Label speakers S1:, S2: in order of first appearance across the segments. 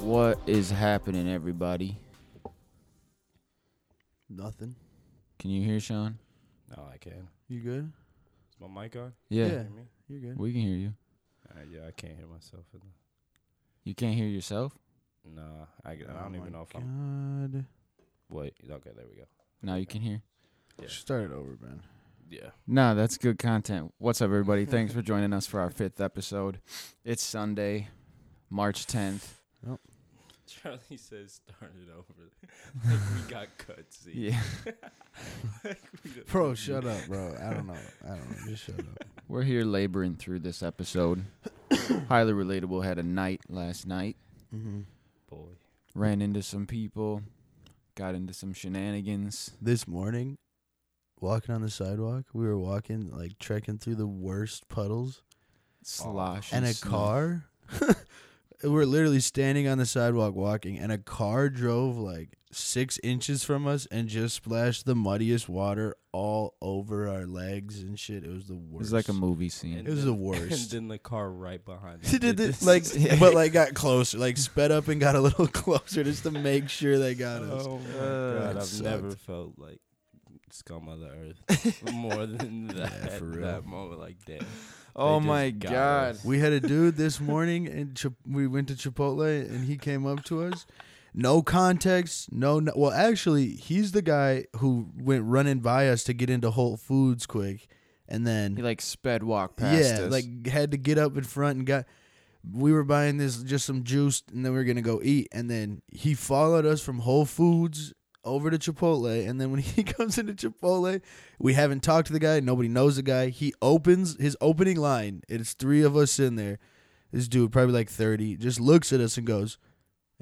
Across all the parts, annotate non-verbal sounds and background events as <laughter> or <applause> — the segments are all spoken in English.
S1: What is happening, everybody?
S2: Nothing.
S1: Can you hear Sean?
S3: No, Oh, I can.
S2: You good?
S3: Is my mic on?
S1: Yeah,
S2: Yeah.
S3: Can you hear me?
S2: You're good.
S1: we can hear you.
S3: Uh, yeah, I can't hear myself. in the-
S1: You can't hear yourself?
S3: Nah, I, g- I
S2: Oh
S3: don't
S2: my
S3: even know if I'm.
S2: God.
S3: Wait, okay, there we go.
S1: No, you can hear.
S3: Yeah.
S2: Start it over, man.
S3: Yeah.
S1: No, that's good content. What's up, everybody? Thanks for joining us for our fifth episode. It's Sunday, March 10th.
S3: <laughs> Charlie says start it over. <laughs> like we got cutscenes. <laughs>
S1: Yeah,
S2: Bro, shut up, bro. I don't know. I don't know. Just
S1: <laughs>
S2: shut up.
S1: we're here laboring through this episode. Highly relatable. Had a night last night.
S2: Mm-hmm.
S3: Boy.
S1: Ran into some people. Got into some shenanigans.
S2: This morning, walking on the sidewalk, we were walking, like trekking through the worst puddles,
S1: Slosh.
S2: and a
S1: snow.
S2: car. <laughs> we're literally standing on the sidewalk walking, and a car drove like six inches from us and just splashed the muddiest water all over our legs and shit. It was the
S1: It
S2: worst.
S1: was like a movie scene.
S3: <laughs> And
S2: It was the
S3: And
S2: worst.
S3: then the car right behind
S2: He
S3: us
S2: did
S3: this.
S2: this, like,
S3: <laughs>
S2: but like got closer, like sped up and got a little <laughs> closer just to make sure they got us.
S3: Oh my
S1: Uh,
S2: it
S3: god! I've
S2: sucked.
S3: never felt like scum of the
S2: <laughs>
S3: earth more than that.
S2: for real.
S3: That moment, like damn.
S1: Oh
S3: just
S1: my
S3: got
S1: God.
S3: us.
S2: We had a dude this morning, and Chip- we went to Chipotle, and he came up to us. No context, no, no. Well, actually, he's the guy who went running by us to get into Whole Foods quick, and then
S1: He like sped walk past
S2: yeah,
S1: us.
S2: like had to get up in front and got. We were buying this just some juice, and then we were gonna go eat, and then he followed us from Whole Foods over to Chipotle, and then when <laughs> he comes into Chipotle, we haven't talked to the guy. Nobody knows the guy. He opens his opening line. It's three of us in there. This dude, probably like thirty, just looks at us and goes,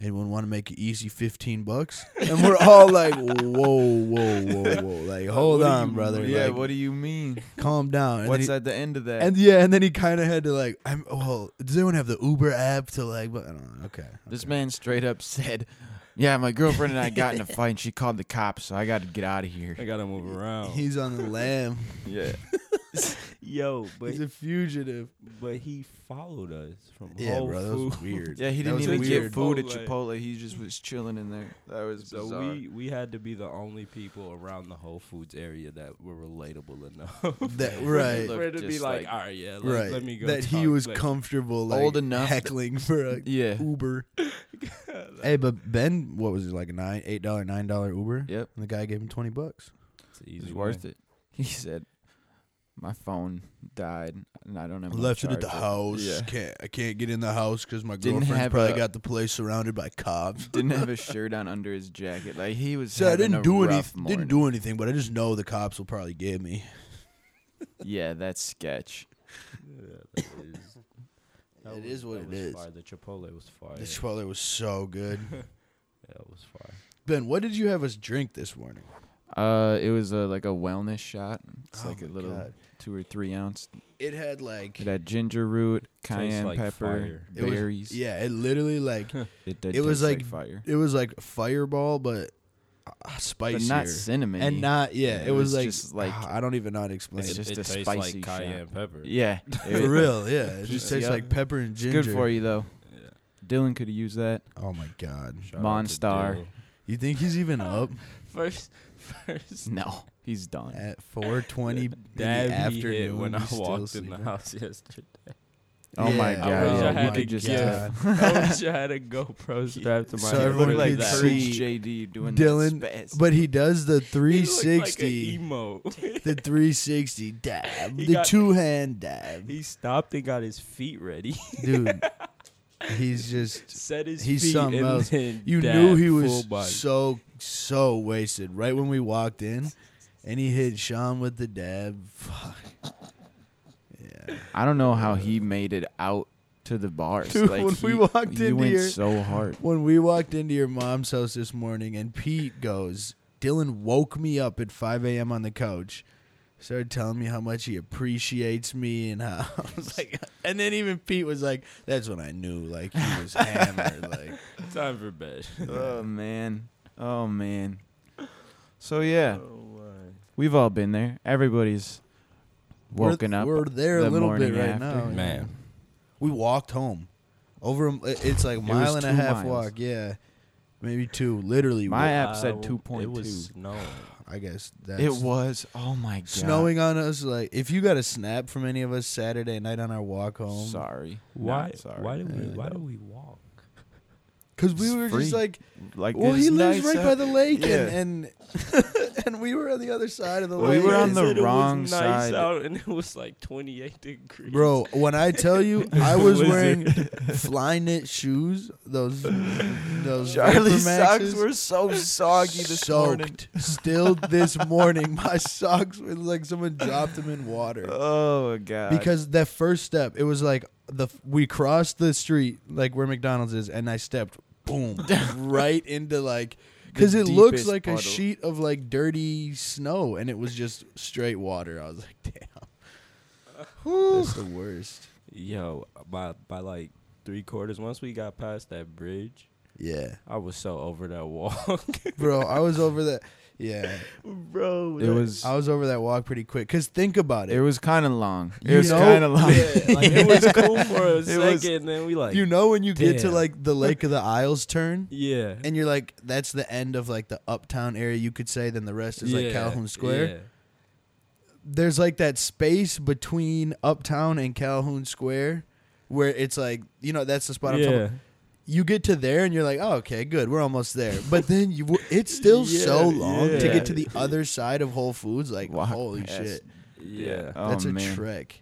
S2: "Anyone want to make it easy? Fifteen bucks?" <laughs> And we're all like, "Whoa, whoa, whoa, whoa! Like, hold
S1: What do
S2: on,
S1: you-
S2: brother.
S1: Yeah,
S2: like,
S1: what do you mean?
S2: calm down." And then
S1: What's
S2: he-
S1: at the end of that?
S2: <laughs> and yeah, and then he kind of had to like, I'm well. Does anyone have the Uber app to like? But I don't know. Okay,
S1: this man straight up said, "Yeah, my girlfriend and I got
S2: <laughs>
S1: in a fight, and she called the cops, so I got to get out of here." <laughs>
S3: I gotta move around.
S2: he's on the
S3: <laughs>
S2: lam.
S3: yeah. Yo, but
S2: he's a fugitive.
S3: but he followed us from
S2: Yeah,
S3: Whole
S2: bro, that
S3: Foods.
S2: was weird.
S1: Yeah, he
S2: That
S1: didn't
S2: was
S1: even
S2: weird.
S1: get food at
S3: Chipotle.
S1: Chipotle. He just was chilling in there. That was
S3: So
S1: bizarre.
S3: we we had to be the only people around the Whole Foods area that were relatable enough. <laughs>
S2: That
S1: It
S2: right,
S1: looked
S3: For it to be
S1: just
S3: like,
S1: like-
S3: all right, yeah, let,
S2: right.
S3: let me go.
S2: that he
S3: talk,"
S2: was
S3: like, <laughs>
S2: comfortable, like,
S1: Old enough that-
S2: heckling <laughs> for a
S1: <laughs> yeah.
S2: Uber. hey, but Ben, what was it like a nine, eight dollar, nine dollar Uber?
S1: Yep.
S2: And the guy gave him twenty bucks.
S3: It's an
S1: It was
S3: easy
S1: worth it. <laughs> He said, "My phone died, and I don't have." my
S2: Left it at the
S1: charger."
S2: house.
S1: Yeah.
S2: Can't I can't get in the house because my
S1: Didn't
S2: girlfriend's
S1: have
S2: probably
S1: a-
S2: got the place surrounded by cops.
S1: Didn't
S2: <laughs>
S1: have a shirt on under his jacket. Like he was.
S2: So I
S1: having
S2: didn't
S1: a
S2: do
S1: rough
S2: anything. Didn't
S1: morning.
S2: do anything, but I just know the cops will probably get me.
S1: Yeah, that's sketch.
S3: Yeah, that is, that
S2: <laughs> It
S3: was-
S2: is what
S3: that
S2: it
S3: was
S2: is.
S3: Fire. The Chipotle was fire.
S2: The Chipotle was so good.
S3: that was fire.
S2: Ben, what did you have us drink this morning?
S1: Uh, it was a, like a wellness shot. It's
S2: Oh
S1: like a
S2: my
S1: little
S2: God.
S1: two or three ounce.
S2: It had like
S1: It had ginger root,
S3: Tastes
S1: cayenne
S3: like
S1: pepper,
S3: fire.
S2: It was-
S1: berries.
S2: yeah, it
S1: <laughs>
S2: literally like
S1: it, did
S2: it was
S1: taste like,
S2: like
S1: fire,
S2: it was like fireball, but uh, spicier
S1: but not cinnamon.
S2: and not yeah.
S1: Yeah,
S2: It,
S1: it
S2: was,
S1: was
S2: like,
S1: just, like-
S2: ah, I don't even know how to explain
S1: It's
S2: it.
S1: just
S3: it
S1: a
S3: tastes
S1: spicy
S3: like
S1: shot.
S3: cayenne pepper.
S2: <laughs>
S1: Yeah, <laughs>
S2: For real, yeah. It just
S1: Just-
S2: tastes
S1: yeah.
S2: like pepper and
S1: It's
S2: ginger.
S1: good for you though.
S3: Yeah.
S1: Dylan could have used that.
S2: Oh my god!
S3: Shout out to
S1: Monstar.
S3: Dill.
S2: You think he's even
S1: Oh
S2: up
S3: First, first.
S1: No, he's done.
S2: at 4:20 in the
S3: dab he
S2: afternoon
S3: hit when I
S2: he's still
S3: walked in
S2: sleeping?
S3: the house <laughs> yesterday.
S1: Oh my
S2: Yeah,
S1: god!
S3: I wish
S1: yeah,
S3: I
S1: you
S3: had
S1: could
S3: a
S1: just
S3: gift.
S1: tell.
S2: <laughs>
S3: I wish I had a GoPro strapped to my
S2: So
S3: head.
S2: everyone
S3: like
S2: could
S3: that. <laughs>
S2: see
S1: Preach JD doing
S2: Dylan,
S1: that. spaz.
S2: But he does
S1: <laughs>
S2: the
S3: He looked like a
S2: 360.
S3: emo.
S2: the 360 dab,
S3: He
S2: the
S3: got-
S2: two hand dab,
S3: He stopped and got his feet ready. <laughs>
S2: dudude. He's just
S3: Set his
S2: He's
S3: feet
S2: something
S3: and
S2: else.
S3: then
S2: you
S3: dab
S2: knew he
S3: full
S2: was
S3: body. <laughs>
S2: so so wasted right when we walked in, and he hit Sean with the dab. Fuck. Yeah,
S1: I don't know how he made it out to the bars.
S2: Dude,
S1: like
S2: when
S1: he,
S2: we walked
S1: you
S2: into
S1: went
S2: your-
S1: so hard.
S2: <laughs> when we walked into your mom's house this morning, and Pete goes, Dylan woke me up at 5 a.m. on the couch. Started telling me how much he appreciates me and how <laughs> I was like, and then <laughs> even Pete was like, "That's when I knew like he
S3: <laughs>
S2: was hammered." Like,
S3: Time for bed.
S1: Oh man. Oh man. So yeah,
S3: Oh, my.
S1: we've all been there. Everybody's
S2: We're-
S1: woken up.
S2: We're there a
S1: the
S2: little bit
S1: morning
S2: right
S1: after.
S2: now. yeah.
S3: Man.
S2: We walked home. Over, a- it- it's like a
S1: was
S2: mile and a
S1: two
S2: half
S1: miles.
S2: walk. Yeah, maybe two. Literally,
S1: My
S2: wa-
S1: app said
S3: Uh,
S1: 2.2.
S3: It was snowing.
S2: I guess that's
S1: It was. Oh my god.
S2: snowing on us. Like, if you got a snap from any of us Saturday night on our walk home,
S1: Sorry.
S3: Why?
S1: Not sorry.
S3: Why did we?
S2: Uh,
S3: Why did we walk?
S2: because we
S1: It's
S2: were
S1: free.
S2: just like,
S1: Like
S2: well,
S1: it's
S2: he lives
S1: nice
S2: right
S1: out-
S2: by the lake,
S1: Yeah.
S2: and <laughs> and, and we were on the other side of the
S1: We
S2: lake.
S1: were on
S3: They
S1: the
S3: said it was
S1: wrong
S3: nice
S1: side.
S3: out, and it was like 28 degrees.
S2: <laughs> Bro, when I
S1: <laughs>
S2: tell you I was
S3: Wizard.
S2: wearing fly knit shoes,
S1: <laughs>
S2: those those
S1: Charlie's
S2: Vapormaxes,
S1: socks were so soggy this
S2: soaked.
S1: morning.
S2: Still this morning, my <laughs> socks were like someone dropped them in water.
S1: Oh god.
S2: Because that first step, it was like the we crossed the street like where McDonald's is, and I stepped
S1: <laughs>
S2: boom right into like because
S1: The
S2: it looks
S1: deepest
S2: like a
S1: puddle.
S2: sheet of like dirty snow, and it was just straight water. I was like, damn, that's the worst.
S3: Yo, by by like three quarters. Once we got past that bridge,
S2: Yeah.
S3: I was so over that <laughs> walk,
S2: bro. I was over that. Yeah,
S3: bro.
S1: it
S3: that-
S1: was
S2: I was over that walk pretty quick. Cause think about
S1: it
S2: it.
S1: was kind of long. It
S2: You
S1: was
S2: know-
S1: kind of long. <laughs>
S3: Yeah, like it
S2: <laughs>
S3: was cool for a
S1: was-
S3: second, and then we like,
S2: you know when you get to
S3: damn.
S2: like the Lake
S3: <laughs>
S2: of the Isles turn,
S3: yeah,
S2: and you're like, that's the end of like the uptown area. You could say then the rest is
S3: yeah,
S2: like Calhoun Square.
S3: yeah.
S2: There's like that space between uptown and Calhoun Square. Where it's like you know that's the spot I'm talking.
S3: yeah.
S2: About. You get to there and you're like, oh, okay, good, we're almost there. But then you,
S3: <laughs>
S2: it's still so
S3: Yeah,
S2: long to
S1: yeah.
S2: get to the other side of Whole Foods. Like,
S1: Walk
S2: holy
S1: past.
S2: shit,
S3: Yeah.
S1: Oh
S2: that's a
S1: man.
S2: trek.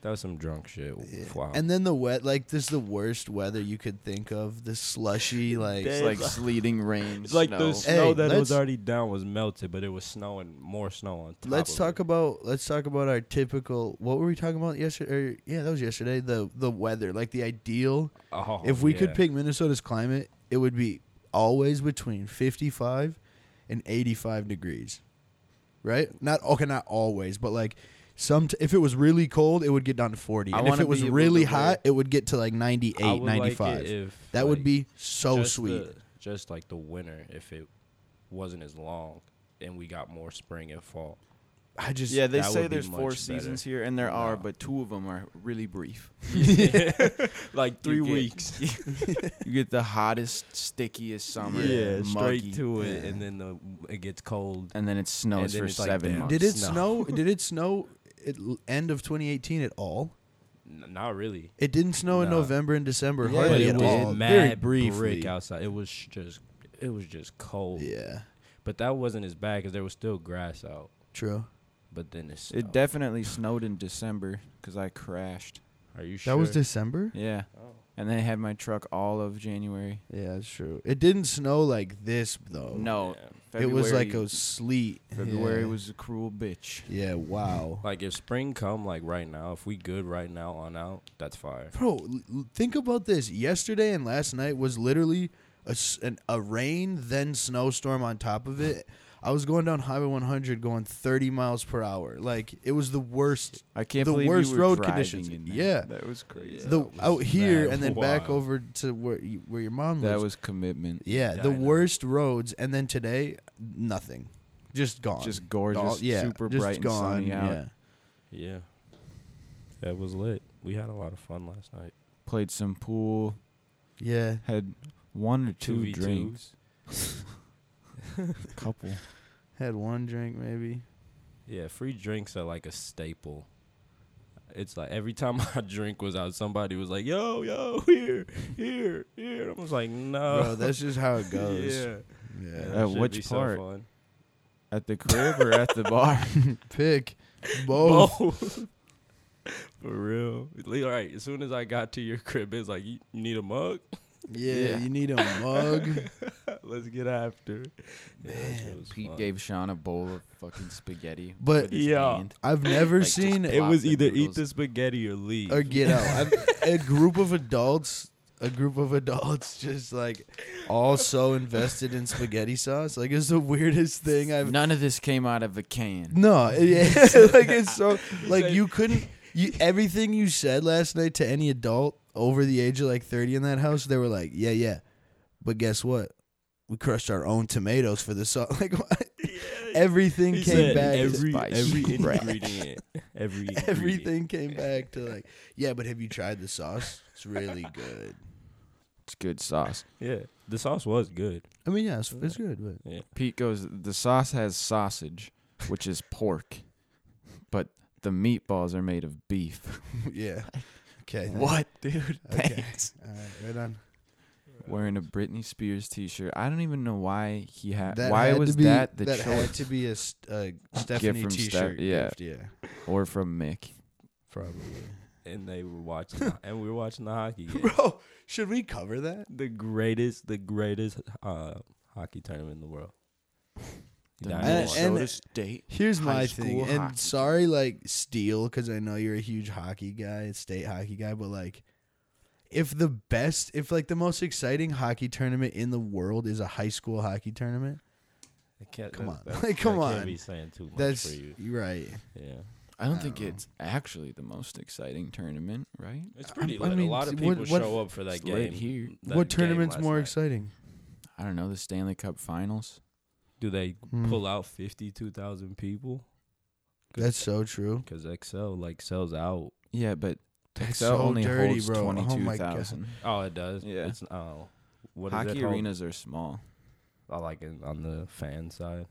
S3: that was some drunk shit.
S2: Yeah.
S3: Wow.
S2: And then the wet, like this, is the worst weather you could think of. The slushy, like
S1: It's
S3: Damn.
S1: like sleeting rain.
S3: It's like the
S1: snow.
S3: snow
S2: Hey,
S3: that
S2: let's-
S3: was already down was melted, but it was snowing more snow on top.
S2: let's
S3: of
S2: talk
S3: It.
S2: about let's talk about our typical. What were we talking about yesterday? Or, yeah, that was yesterday. The the weather, like the ideal.
S3: Oh,
S2: if we could
S3: yeah.
S2: pick Minnesota's climate, it would be always between fifty five and eighty five degrees. Right? Not okay, not always, but like. Some if it was really cold, it would get down to 40.
S1: I
S2: And if
S1: wanna
S2: it was
S1: be able
S2: really
S1: to wear-
S2: hot, it would get to like 98,
S3: I would like it
S2: 95.
S3: if,
S2: that would
S3: like,
S2: be so
S3: just
S2: sweet.
S3: the- just like the winter, if it wasn't as long, and we got more spring and
S2: <laughs>
S3: fall. <laughs>
S2: I just
S1: Yeah, they
S3: That
S1: say
S3: would be
S1: there's four
S3: much
S1: seasons
S3: better.
S1: here, and there are,
S3: No.
S1: but two of them are really brief.
S3: like
S1: You
S3: three
S1: get-
S3: weeks. <laughs>
S1: You get the hottest, stickiest summer.
S3: yeah,
S1: muggy,
S3: straight to it,
S2: Yeah.
S3: and then the, it gets cold.
S1: And then it snows
S3: then
S1: for
S3: it's like
S1: seven
S3: damn.
S1: months.
S2: Did it snow?
S3: <laughs> snow.
S2: did it snow at l- end of 2018 at all?
S3: N- not really.
S2: It didn't snow in
S3: No.
S2: November and December
S1: Yeah,
S3: but
S2: hardly at
S3: it was
S2: all. Very
S3: mad
S2: briefly.
S3: brick outside. It was just, it was just cold.
S2: Yeah,
S3: But that wasn't as bad because there was still grass out.
S2: true.
S3: But then it's
S1: It definitely snowed in December because I crashed.
S3: Are you
S2: That
S3: sure?
S2: was December.
S1: Yeah,
S3: Oh.
S1: and then I had my truck all of January.
S2: Yeah, that's true. It didn't snow like this though.
S1: No,
S2: it
S1: February,
S2: was like a sleet.
S1: February
S2: yeah.
S1: was a cruel bitch.
S2: Yeah.
S1: <laughs>
S2: Wow.
S3: Like if spring come like right now, if we good right now on out, that's fire.
S2: Bro, l- l- think about this. Yesterday and last night was literally a, s- an, a rain then snowstorm on top of it. I was going down Highway 100 going 30 miles per hour. Like it was the worst.
S1: I can't
S2: The
S1: believe
S2: worst
S1: you were
S2: road
S1: driving
S2: conditions.
S1: in that.
S2: Yeah.
S1: that was crazy.
S3: Yeah,
S2: the
S3: that was
S2: out here
S3: bad.
S2: and then back
S3: Wow.
S2: over to where you, where your mom lives.
S1: That was commitment.
S2: yeah,
S3: Yeah,
S2: the
S3: I know.
S2: worst roads and then today nothing. Just gone.
S1: Just gorgeous,
S2: All- yeah,
S1: super
S2: just
S1: bright
S2: gone,
S1: and sunny out.
S2: Yeah.
S3: Yeah. That was lit. We had a lot of fun last night.
S1: Played some pool.
S2: Yeah.
S1: Had one or two
S3: 2v2s.
S1: drinks. Couple.
S2: <laughs> Had one drink maybe.
S1: <laughs>
S3: Yeah, free drinks are like a staple. It's like every time <laughs> my drink was out, somebody was like, "Yo, yo, <laughs> here, here, here." I was like, "No,
S1: Oh.
S2: Bro, that's just
S1: <laughs>
S2: how
S3: <laughs>
S2: it goes.
S3: yeah.
S2: Yeah.
S1: At
S3: should
S1: which
S3: be so
S1: part?
S3: fun.
S1: At the crib or at <laughs> the bar?
S2: Pick
S1: Oh.
S2: both.
S1: <laughs>
S3: Both. Oh. For real. All right. As soon as I got to your crib, it's like, "You you need a mug? <laughs>
S2: Yeah,
S1: Yeah. <laughs>
S2: you need a mug.
S3: Let's get after." Yeah, that shit was
S1: Pete
S3: fun.
S1: gave Sean a bowl of fucking spaghetti.
S2: But-
S1: with his
S3: Yeah.
S1: hand.
S2: I've never
S1: Like, just
S2: seen
S1: put
S3: It
S1: Lots
S3: was
S1: of
S3: either eat
S1: noodles.
S3: the spaghetti or leave.
S2: or get
S3: <laughs>
S2: out. I've- a group of adults, a group of adults, just like all so invested in spaghetti sauce. Like it's the weirdest thing I've.
S1: None of this came out of a can.
S3: <laughs>
S2: No, yeah, <laughs> like it's so like
S3: said-
S2: you couldn't. You everything you said last night to any adult over the age of like thirty in that house, they were like, yeah, yeah, but guess what? We crushed our own tomatoes for the sauce. <laughs> Like what? everything
S3: He
S2: came
S3: said
S2: back. to <laughs>
S3: every
S1: spicy
S3: every
S1: crap.
S3: ingredient, every ingredient.
S2: everything came back to like, yeah, but have you tried the sauce? It's It's
S3: <laughs>
S2: really good.
S1: It's good sauce.
S3: Yeah, the sauce was good.
S2: I mean, yeah, it's, it's good, but
S1: Pete goes, the sauce has sausage, which is pork, but the meatballs are made of
S2: <laughs>
S1: beef.
S2: yeah. Okay.
S1: what, dude?
S2: <laughs> Okay.
S1: Thanks.
S2: All right, right on.
S1: Wearing a Britney Spears T-shirt. I don't even know why he had.
S2: That
S1: Uh, why
S2: had to
S1: was
S2: be-
S1: that the
S2: that had
S1: choice?
S2: to be a, s- a Stephanie
S1: from
S2: T-shirt
S1: Steph- yeah.
S2: gift, yeah,
S1: Or from Mick?
S2: probably.
S3: And they were watching, and we were watching the
S2: <laughs>
S3: hockey game.
S2: Bro, should we cover that?
S3: the greatest, the greatest uh, hockey tournament in the
S2: <laughs>
S3: world.
S1: The
S3: Down in
S2: And-
S3: Wa-
S2: and- Minnesota
S1: State.
S2: Here's
S1: High
S2: my
S1: school
S2: thing,
S1: hockey.
S2: and sorry, like steal, because I know you're a huge hockey guy, state hockey guy, but like, if the best, if like the most exciting hockey tournament in the world is a high school hockey tournament,
S3: I can't-
S2: come
S3: that-
S2: on.
S3: that-
S2: Like, <laughs> come
S3: that Can't
S2: on.
S3: be saying too much
S2: that's
S3: for you.
S2: you're right.
S3: Yeah,
S1: I don't
S2: I
S1: think
S2: don't know.
S1: it's actually the most exciting tournament, right?
S3: it's
S1: I-
S3: pretty.
S1: I
S3: lit.
S1: mean,
S3: a lot of
S2: t- what-
S3: people
S2: what-
S3: show up for that
S1: it's lit
S3: game.
S1: here.
S3: that
S2: what
S3: game
S2: tournament's
S3: last
S2: more
S3: night.
S2: exciting?
S1: I don't know the Stanley Cup Finals.
S3: Do they
S2: Hmm.
S3: pull out fifty-two thousand people?
S2: That's so true.
S3: Because XL like sells out.
S1: Yeah, but
S2: That's
S1: XL
S2: so
S1: only
S2: dirty,
S1: holds
S2: bro. Oh my God.
S1: twenty-two thousand.
S3: Oh, it does.
S1: Yeah.
S3: It's oh, what is it
S1: Hockey
S3: called?
S1: arenas are small.
S3: I like it on the fan side.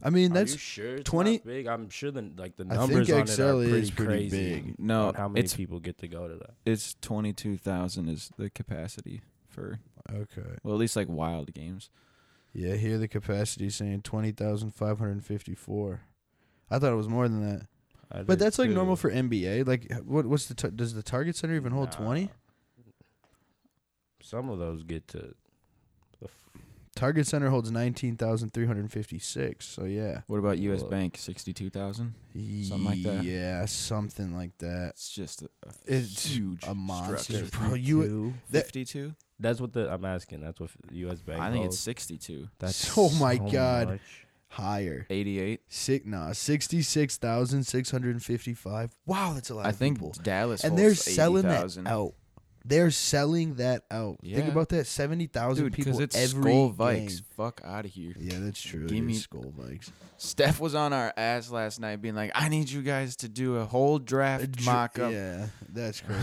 S2: I mean,
S3: Are
S2: that's
S3: you sure it's
S2: 20
S3: not big. I'm sure the like the
S2: I
S3: numbers
S2: think
S3: on it
S2: XL
S3: are
S2: is
S3: pretty,
S2: pretty
S3: crazy.
S2: big.
S1: No,
S3: on how many
S1: it's
S3: people get to go to that?
S1: it's twenty-two thousand is the capacity for
S2: okay.
S1: well at least like wild games.
S2: Yeah, here the capacity saying twenty thousand five hundred fifty-four. I thought it was more than that,
S3: I
S2: but
S3: did
S2: that's like normal
S3: too.
S2: for NBA. Like, what? What's the? Tar- does the target center even hold
S3: Nah.
S2: twenty?
S3: Some of those get to. The f-
S2: Target Center holds 19,356. So yeah.
S1: What about U.S.
S3: Well-
S1: Bank? Sixty-two thousand. Something like that.
S2: Yeah, something like that.
S1: It's just a, a
S2: It's
S1: huge
S2: a monster,
S1: structure.
S2: bro. You that-
S1: Fifty-two.
S3: That's what the I'm asking. That's what U.S. Bank.
S1: I think it's
S3: holds.
S1: sixty-two.
S3: That's
S2: Oh my God.
S3: much.
S2: higher.
S1: Eighty-eight.
S2: Sick nah, 66,655. Wow, that's a lot
S1: I
S2: of
S1: think
S2: people.
S1: Dallas
S2: And
S1: holds
S2: they're selling that
S1: 80,000.
S2: out. They're selling that out.
S1: Yeah.
S2: Think about that. 70,000
S1: dude.
S2: people
S1: Because it's
S2: every
S1: Skull Vikes.
S2: game.
S1: Fuck out of here.
S2: Yeah, that's true.
S1: Give
S2: Give
S1: me-
S2: me Skull Vikes.
S1: Steph was on our ass last night, being like, "I need you guys to do a whole draft mock up."
S2: Yeah,
S1: <laughs>
S2: that's crazy.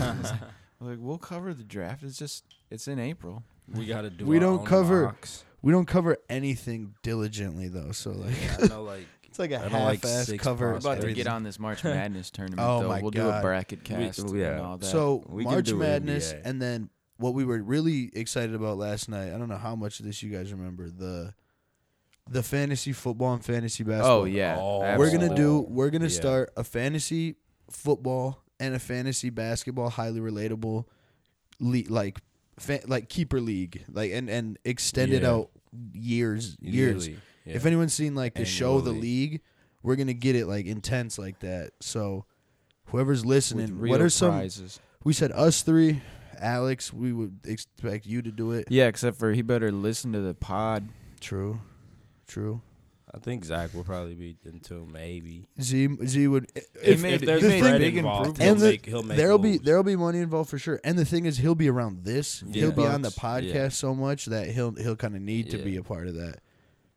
S1: Like we'll cover the draft. It's just it's in April.
S3: We gotta do.
S2: We
S3: our
S2: don't
S3: own
S2: cover-
S3: mocks.
S2: we don't cover anything diligently though, so like
S3: I know, <laughs> like
S2: <laughs> it's like a
S3: I don't like
S2: half-ass
S3: six
S2: cover.
S1: We're
S3: That's
S1: about to
S2: everything.
S1: get on this
S2: <laughs>
S1: March Madness tournament.
S2: Oh
S1: though.
S2: my
S1: we'll do a
S2: God.
S1: bracket cast
S3: we- yeah.
S1: and all that.
S2: So
S3: We can
S2: March
S3: do
S2: Madness,
S3: NBA.
S2: and then what we were really excited about last night. I don't know how much of this you guys remember the the fantasy football and fantasy basketball.
S1: oh yeah,
S3: Oh.
S2: we're
S1: absolutely.
S2: gonna do. We're gonna
S3: Yeah.
S2: start a fantasy football and a fantasy basketball highly relatable, le- like fa- like keeper league, like and and extend it
S3: Yeah.
S2: out years years.
S3: yearly. Yeah.
S2: If anyone's seen like the show The
S3: Annually.
S2: League, we're gonna get it like intense like that. So. Whoever's
S1: With
S2: listening,
S1: real
S2: what are some
S1: prizes.
S2: we said us three, Alex. We would expect you to do it.
S1: Yeah, except for he better listen to the pod.
S2: True, true.
S3: I think Zach will probably be until maybe.
S2: Z Z would.
S1: He
S3: If,
S1: made-
S3: if there's
S2: he made
S3: bread
S1: big improvements.
S3: involved, he'll
S2: And the-
S3: make, he'll make
S2: there'll be
S3: moves.
S2: there'll be money involved for sure. And the thing is, he'll be around this.
S3: Yeah.
S2: He'll be on the
S3: Bucks,
S2: podcast
S3: yeah.
S2: so much that he'll he'll kind of need to
S3: Yeah.
S2: be a part of that.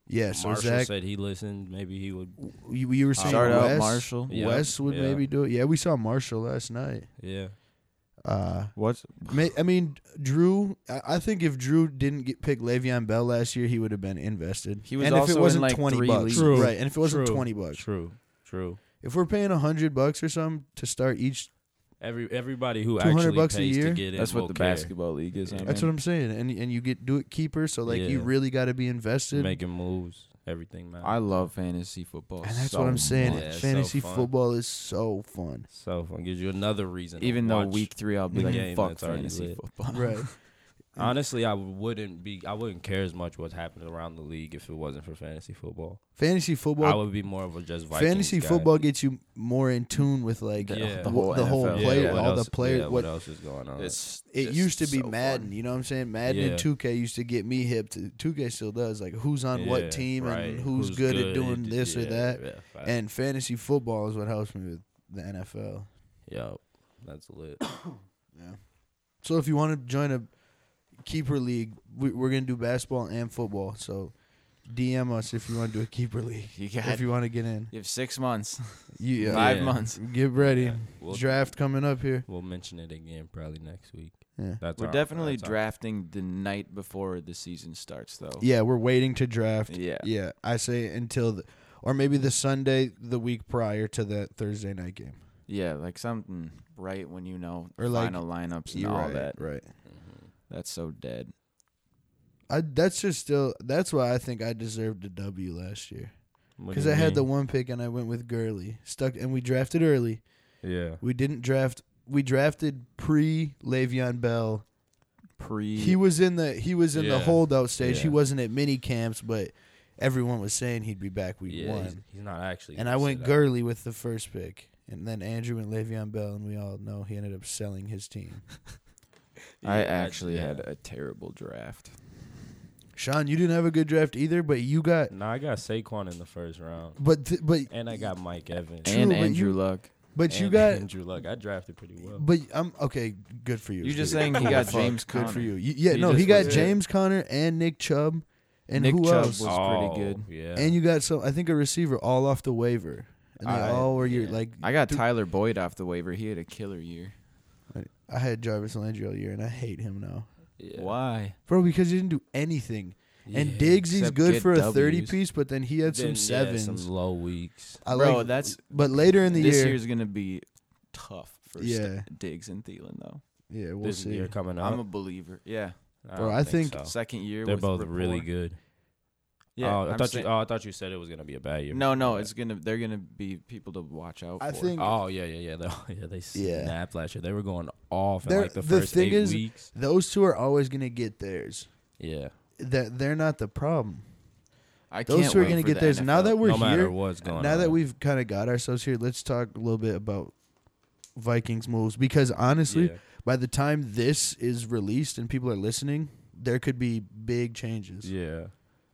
S2: Yeah. So
S3: Marshall
S2: Zach,
S3: said he listened. Maybe he would.
S2: you, you were saying
S1: Shout out
S2: Wes?
S1: Marshall.
S3: Yeah.
S2: Wes would
S3: yeah.
S2: maybe do it. Yeah, we saw Marshall last night.
S3: Yeah.
S2: Uh,
S1: What's
S2: may, I mean, Drew. I, I think if Drew didn't get pick Le'Veon Bell last year, he would have been invested.
S1: He was
S2: and
S1: also
S2: if
S1: in,
S2: it wasn't
S1: like,
S2: twenty
S1: three
S2: bucks,
S1: leagues.
S3: True,
S2: right? And if it wasn't
S3: true,
S2: twenty bucks,
S3: True. True.
S2: If we're paying a hundred bucks or something to start each,
S3: Every everybody who
S2: 200
S3: actually
S2: bucks a
S3: pays
S2: year?
S3: to get in.
S1: that's what
S3: will
S1: the
S3: care.
S1: basketball league is. I
S3: Yeah.
S2: that's what
S1: mean.
S2: I'm saying, and and you get do it keeper, so like you
S3: Yeah.
S2: really got to be invested.
S3: making moves. Everything matters.
S1: I love fantasy football.
S2: and that's
S1: so
S2: what I'm saying.
S1: much.
S3: Yeah, it's so
S2: Fantasy
S3: fun.
S2: football is so
S3: <laughs>
S2: fun,
S3: so it gives you another reason. to
S1: Even though
S3: watch.
S1: week three, I'll be
S2: the
S1: like,
S3: game
S1: "Fuck
S3: that's already
S1: fantasy
S3: lit."
S1: football." <laughs>
S2: right?
S3: honestly, I wouldn't be. I wouldn't care as much what's happening around the league if it wasn't for fantasy football.
S2: fantasy
S3: I
S2: football,
S3: would be more of a just Vikings
S2: fantasy
S3: guy.
S2: football gets you more in tune with like
S3: The- Yeah.
S2: the,
S3: the
S1: whole
S2: whole the whole
S1: NFL.
S3: Yeah,
S2: play,
S3: what
S2: all
S3: else-
S2: the player.
S3: yeah,
S2: what
S3: what else is going on?
S1: It's
S2: it
S1: just
S2: used to be
S1: so
S2: Madden,
S1: fun.
S2: you know what I'm saying? Madden
S3: Yeah.
S2: and 2K used to get me hip to 2K still does like who's on what
S3: Yeah,
S2: team
S3: right.
S2: and who's, good, at doing this or
S3: yeah,
S2: that.
S3: Yeah, fact.
S2: And fantasy football is what helps me with the NFL.
S3: Yup. that's lit.
S2: So if you want to join a keeper league, we, we're gonna do basketball and football. So DM us if you want to do a keeper league.
S1: You got.
S2: If you want to get in,
S1: you have six months,
S2: you uh,
S1: five
S3: Yeah.
S1: months.
S2: get ready.
S3: Yeah, we'll,
S2: Draft coming up here.
S3: We'll mention it again probably next week.
S2: Yeah.
S3: That's
S1: We're
S3: our-
S1: definitely
S3: that's our-
S1: drafting the night before the season starts, though.
S2: Yeah, we're waiting to draft.
S1: Yeah.
S2: Yeah, I say until the, or maybe the Sunday the week prior to that Thursday night game.
S1: Yeah, like something right when you know
S2: Or, like,
S1: final lineups and
S2: You're
S1: all
S2: right,
S1: that.
S2: Right.
S3: Mhm.
S1: That's so dead.
S2: I that's just still that's why I think I deserved a W last year
S3: What do
S2: because
S3: you
S2: I had the
S3: mean?
S2: one pick and I went with Gurley stuck and we drafted early.
S3: yeah.
S2: We didn't draft. We drafted pre Le'Veon Bell.
S1: Pre.
S2: He was in the he was in the
S3: Yeah.
S2: holdout stage. He
S3: Yeah.
S2: wasn't at mini camps, but everyone was saying he'd be back week
S3: yeah,
S2: one.
S3: He's, he's not actually.
S2: And
S3: gonna
S2: I went
S3: sit out.
S2: Gurley with the first pick, and then Andrew went Le'Veon Bell, and we all know he ended up selling his team.
S1: I
S3: Yeah,
S1: actually
S3: yeah.
S1: had a terrible draft.
S2: Sean, you didn't have a good draft either, but you got,
S3: No, I got Saquon in the first round,
S2: but th- but
S3: and I got Mike Evans,
S2: True,
S1: and
S2: but
S1: Andrew
S2: you-
S1: Luck.
S2: but you
S3: and
S2: got,
S3: Andrew Luck. I drafted pretty well.
S2: but I'm okay. Good for you.
S1: You're just
S2: Good-
S1: saying he
S2: good
S1: got
S2: fuck,
S1: James
S2: Good for
S1: Conner.
S2: you. You- yeah,
S3: He
S2: no,
S3: just
S2: he got
S3: was-
S2: James Connor and Nick Chubb, and
S1: Nick
S2: who
S1: Chubb
S2: else?
S1: was pretty good.
S3: Oh, Yeah.
S2: And you got some. I think a receiver all off the waiver, and they
S1: I-
S2: all were your
S3: yeah.
S2: like.
S1: I got
S2: Dude.
S1: Tyler Boyd off the waiver. He had a killer year.
S2: I had Jarvis Landry all year, and I hate him now,
S3: yeah.
S1: Why?
S2: bro, because he didn't do anything. And
S3: Yeah.
S2: Diggs, he's
S1: except
S2: good
S1: get
S2: for a thirty
S1: Ws.
S2: piece, but then he had
S3: Then,
S2: some sevens.
S3: Yeah, some low weeks.
S2: I
S1: Bro,
S2: like,
S1: that's
S2: but later in the
S1: this
S2: year,
S1: year's gonna be tough for yeah.
S2: Yeah.
S1: Diggs and Thielen though.
S2: yeah, we'll
S3: this
S2: see.
S3: year coming up.
S1: I'm a believer. Yeah,
S3: I
S2: Bro,
S3: don't
S2: I think-
S3: so.
S1: second year.
S3: Oh. they're
S1: with
S3: both really
S1: rapport.
S3: good.
S1: Yeah,
S3: oh, I
S1: I'm
S3: thought
S1: saying-
S3: you. Oh, I thought you said it was gonna be a bad year.
S1: No, no,
S3: Yeah.
S1: it's gonna. They're gonna be people to watch out.
S2: I
S1: for.
S2: think-
S3: Oh yeah, yeah, yeah. They, <laughs> oh, yeah, they
S2: Yeah.
S3: snapped last year. They were going off in
S2: They're-
S3: like the
S2: the
S3: first
S2: thing
S3: eight
S2: is-
S3: weeks.
S2: Those two are always gonna get theirs.
S3: Yeah,
S2: That they're not the problem.
S1: I
S2: Those
S1: can't
S2: two are
S1: wait
S2: gonna
S1: for
S2: get
S1: the
S2: theirs. Now
S1: NFL.
S2: that we're
S3: no matter
S2: here,
S3: what's going on.
S2: now that we've kind of got ourselves here, let's talk a little bit about Vikings moves because honestly,
S3: Yeah.
S2: by the time this is released and people are listening, there could be big changes.
S3: yeah,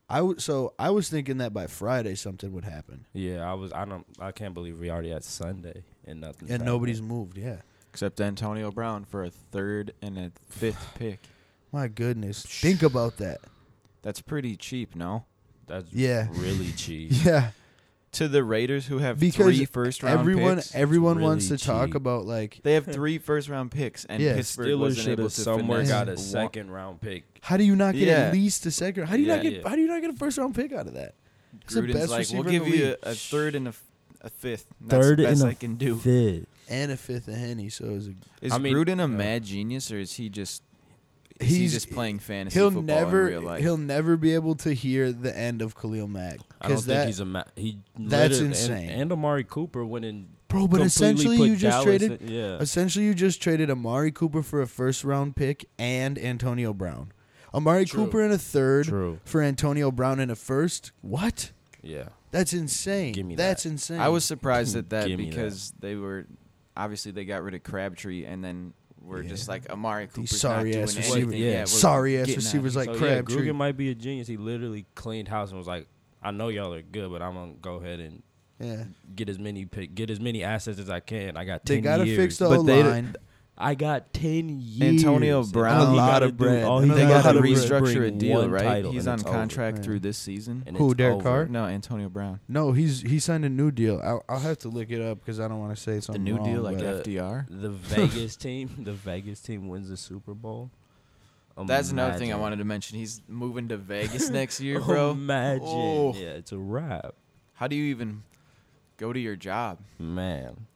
S2: I w- so I was thinking that by Friday something would happen
S3: yeah. I was. I don't. I can't believe we already had Sunday and nothing.
S2: and nobody's moved. Yeah,
S1: except Antonio Brown for a third and a fifth pick.
S2: my goodness, think about
S3: <laughs>
S2: that.
S1: That's pretty cheap, no?
S3: That's
S2: Yeah. <laughs>
S3: really cheap.
S2: Yeah.
S1: To the Raiders who have
S2: Because
S1: three first round
S2: everyone e-
S1: picks.
S2: everyone
S3: It's
S2: wants to
S3: really
S2: talk
S3: cheap.
S2: about like
S1: They have three first round picks, and
S2: Yeah.
S1: Pittsburgh wasn't able to
S3: somewhere
S1: finesse
S3: got a
S1: one-
S3: second round pick.
S2: how do you not get
S1: Yeah.
S2: at least a second? How do you not
S3: Yeah.
S2: get how do you not get a first round pick out of that? It's the
S1: Gruden's
S2: best
S1: like,
S2: receiver
S1: we'll
S2: in
S1: give
S2: the
S1: you
S2: league."
S1: a, a third and a, f- a fifth. And that's
S3: Third
S1: the
S3: and
S1: best
S3: a
S1: I can do.
S2: And a fifth of Henny, so it was a,
S1: Is
S3: I mean,
S1: Gruden a
S3: uh,
S1: mad genius, or is he just is he
S2: he's
S1: just playing fantasy
S2: he'll
S1: football
S2: never
S1: in real life?
S2: he'll never be able to hear the end of Khalil Mack
S3: I don't
S2: because that
S3: think he's a ma- he.
S2: that's
S3: literally- and-
S2: insane.
S3: And, Amari Cooper went in.
S2: bro. But
S3: completely
S2: essentially,
S3: put
S2: you just
S3: Dallas
S2: traded
S3: in- yeah.
S2: essentially you just traded Amari Cooper for a first round pick and Antonio Brown. Amari
S3: True.
S2: Cooper in a third
S3: True.
S2: for Antonio Brown in a first. What?
S3: Yeah.
S2: That's insane.
S3: Gimme that.
S2: That's insane.
S1: I was surprised at that
S3: Gimme that.
S1: because they were obviously they got rid of Crabtree and then were just
S2: Yeah.
S1: like Amari Cooper's
S2: sorry
S1: not doing
S2: ass
S1: anything.
S3: receivers.
S1: Yeah,
S3: Yeah.
S1: we're
S2: sorry ass
S1: getting out of
S2: receivers
S1: here.
S2: like
S3: so yeah,
S2: Crabtree.
S3: Gruden might be a genius. He literally cleaned house and was like, "I know y'all are good, but I'm gonna go ahead and
S2: yeah.
S3: get as many pick, get as many assets as I can. I got ten
S2: They gotta
S3: years.
S2: fix the
S1: But
S2: O
S1: they-
S2: line.
S3: I got ten years.
S1: Antonio
S3: And
S1: Brown-
S3: all he
S1: A
S2: lot
S3: gotta
S2: of
S3: do-
S2: bread.
S3: all Oh, he
S2: No, no,
S1: They
S2: no,
S3: gotta
S1: got to
S2: no,
S3: do is
S2: no,
S1: restructure a
S3: bring
S1: deal,
S3: one
S1: right?
S3: title
S1: He's
S3: and
S1: on
S3: it's over.
S1: contract
S2: Yeah.
S1: through this season.
S3: And
S2: Who,
S3: it's
S2: Derek
S3: over.
S2: Carr?
S1: No, Antonio Brown.
S2: No, he's he signed a new deal. I'll, I'll have to look it up because I don't want to say
S1: A
S2: something.
S1: new deal
S2: wrong,
S1: like
S2: but-
S3: that.
S1: FDR.
S3: The Vegas team, the Vegas team wins the Super Bowl.
S1: <laughs> That's another thing I
S3: Imagine. Oh,
S1: wanted to mention. He's moving to
S3: <laughs>
S1: Vegas next year, bro.
S3: Imagine.
S1: Oh.
S3: Yeah, it's a wrap.
S1: How do you even go to your job?
S3: Man.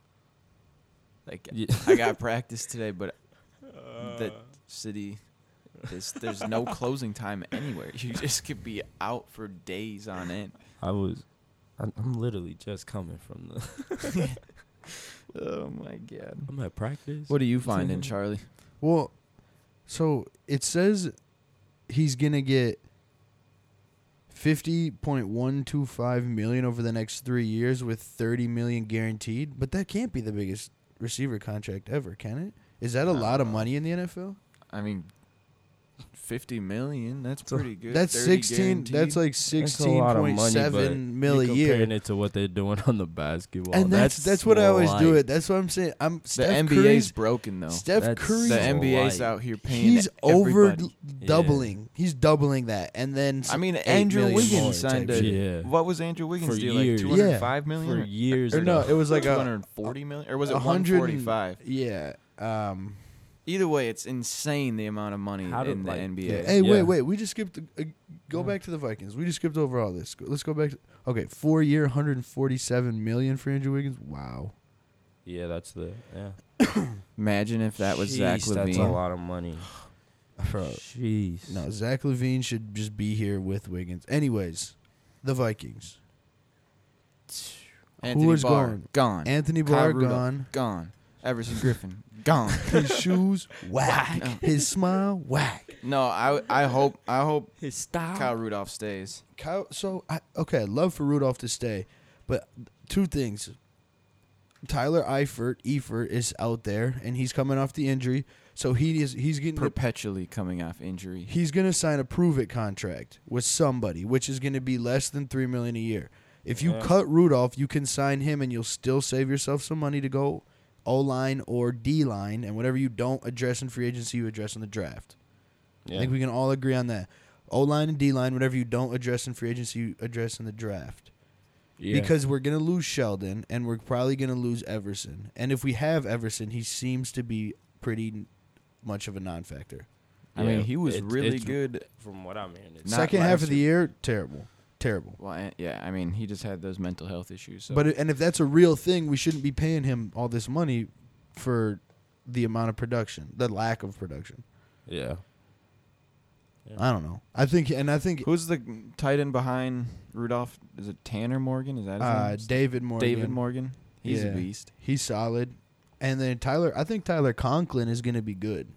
S1: Like
S3: Yeah.
S1: I
S2: <laughs>
S1: got practice today, but the city is there's
S2: <laughs>
S1: no closing time anywhere. You just could be out for days on end.
S3: I was I'm, I'm literally just coming from the <laughs>
S1: Oh my god.
S3: I'm at practice.
S1: What are you finding, Charlie?
S2: Well, so it says he's gonna get fifty point one two five million over the next three years with thirty million guaranteed. But that can't be the biggest receiver contract ever, can it? Is that a lot of money in the NFL?
S1: I mean, Fifty million. That's
S3: So-
S1: pretty good.
S2: That's
S1: 30
S2: sixteen. That's
S1: guaranteed.
S2: like sixteen point seven mil a year.
S3: Comparing it to what they're doing on the basketball,
S2: and that's that's, what I always do. It. That's what I'm saying. I'm
S1: the
S2: Steph
S1: NBA's
S2: Curry's.
S1: broken though.
S2: Steph
S3: That's
S2: Curry's.
S1: the
S3: He's
S1: NBA's
S3: light.
S1: out here paying.
S2: he's over
S1: everybody.
S2: doubling. He's doubling that, and then s-
S1: I mean,
S2: eight
S1: Andrew
S2: million more
S1: Wiggins
S2: type
S1: signed a.
S2: shit.
S3: Yeah.
S1: What was Andrew Wiggins'
S3: For
S1: deal?
S3: years.
S1: Like
S3: Yeah.
S1: two hundred five million.
S3: for years.
S2: Or no,
S3: ago.
S2: it was like
S1: like
S2: a
S1: 140 million, or was it
S2: a hundred and-
S1: 145?
S2: yeah. Um,
S1: Either way, it's insane the amount of money
S3: How did,
S1: in the
S3: like,
S1: NBA.
S2: yeah. Hey, wait,
S3: Yeah.
S2: wait. We just skipped. The, uh, go
S3: Yeah.
S2: back to the Vikings. We just skipped over all this. Go- Let's go back. To, okay, four year, 147 million for Andrew Wiggins. Wow. <laughs>
S3: yeah, that's the yeah.
S1: Imagine if that was Zach
S3: Jeez, That's a
S1: Levine.
S3: lot of money, bro. Jeez.
S2: No, Zach Levine should just be here with Wiggins. Anyways, the Vikings.
S1: Anthony
S2: Who is
S1: Barr
S2: gone?
S1: gone.
S2: Anthony
S1: Kyle
S2: Barr
S1: Rudolph.
S2: gone.
S1: gone. Everson Griffin gone.
S2: His <laughs> shoes whack. His smile whack.
S1: No, I I hope I hope
S3: his style.
S1: Kyle Rudolph stays.
S2: Kyle, so I, okay, I'd love for Rudolph to stay, but two things. Tyler Eifert, Eifert is out there, and he's coming off the injury, so he is he's getting the
S1: Perpetually coming off injury.
S2: he's going to sign a prove it contract with somebody which is going to be less than 3 million a year if you
S3: Yeah.
S2: cut rudolph you can sign him and you'll still save yourself some money to go o line or d line and whatever you don't address in free agency you address in the draft i
S3: Yeah.
S2: think we can all agree on that o line and d line whatever you don't address in free agency you address in the draft
S3: yeah.
S2: because we're going to lose sheldon and we're probably going to lose everson and if we have everson he seems to be pretty n- much of a non-factor
S1: I mean,
S3: Yeah.
S1: he was
S3: It-
S1: really
S3: it's-
S1: good.
S3: from what I'm hearing, it's
S1: Not
S2: second half
S1: last
S2: of the year terrible terrible
S1: Well, and- yeah, I mean, he just had those mental health issues. So.
S2: But and if that's a real thing, we shouldn't be paying him all this money for the amount of production, the lack of production.
S3: yeah.
S2: I don't know. I think, and I think
S1: who's the tight end behind Rudolph? Is it Tanner Morgan? Is that his
S2: uh,
S1: name?
S2: David Morgan,
S1: David Morgan. He's
S2: Yeah.
S1: a beast.
S2: he's solid. And then Tyler, I think Tyler Conklin is going to be good.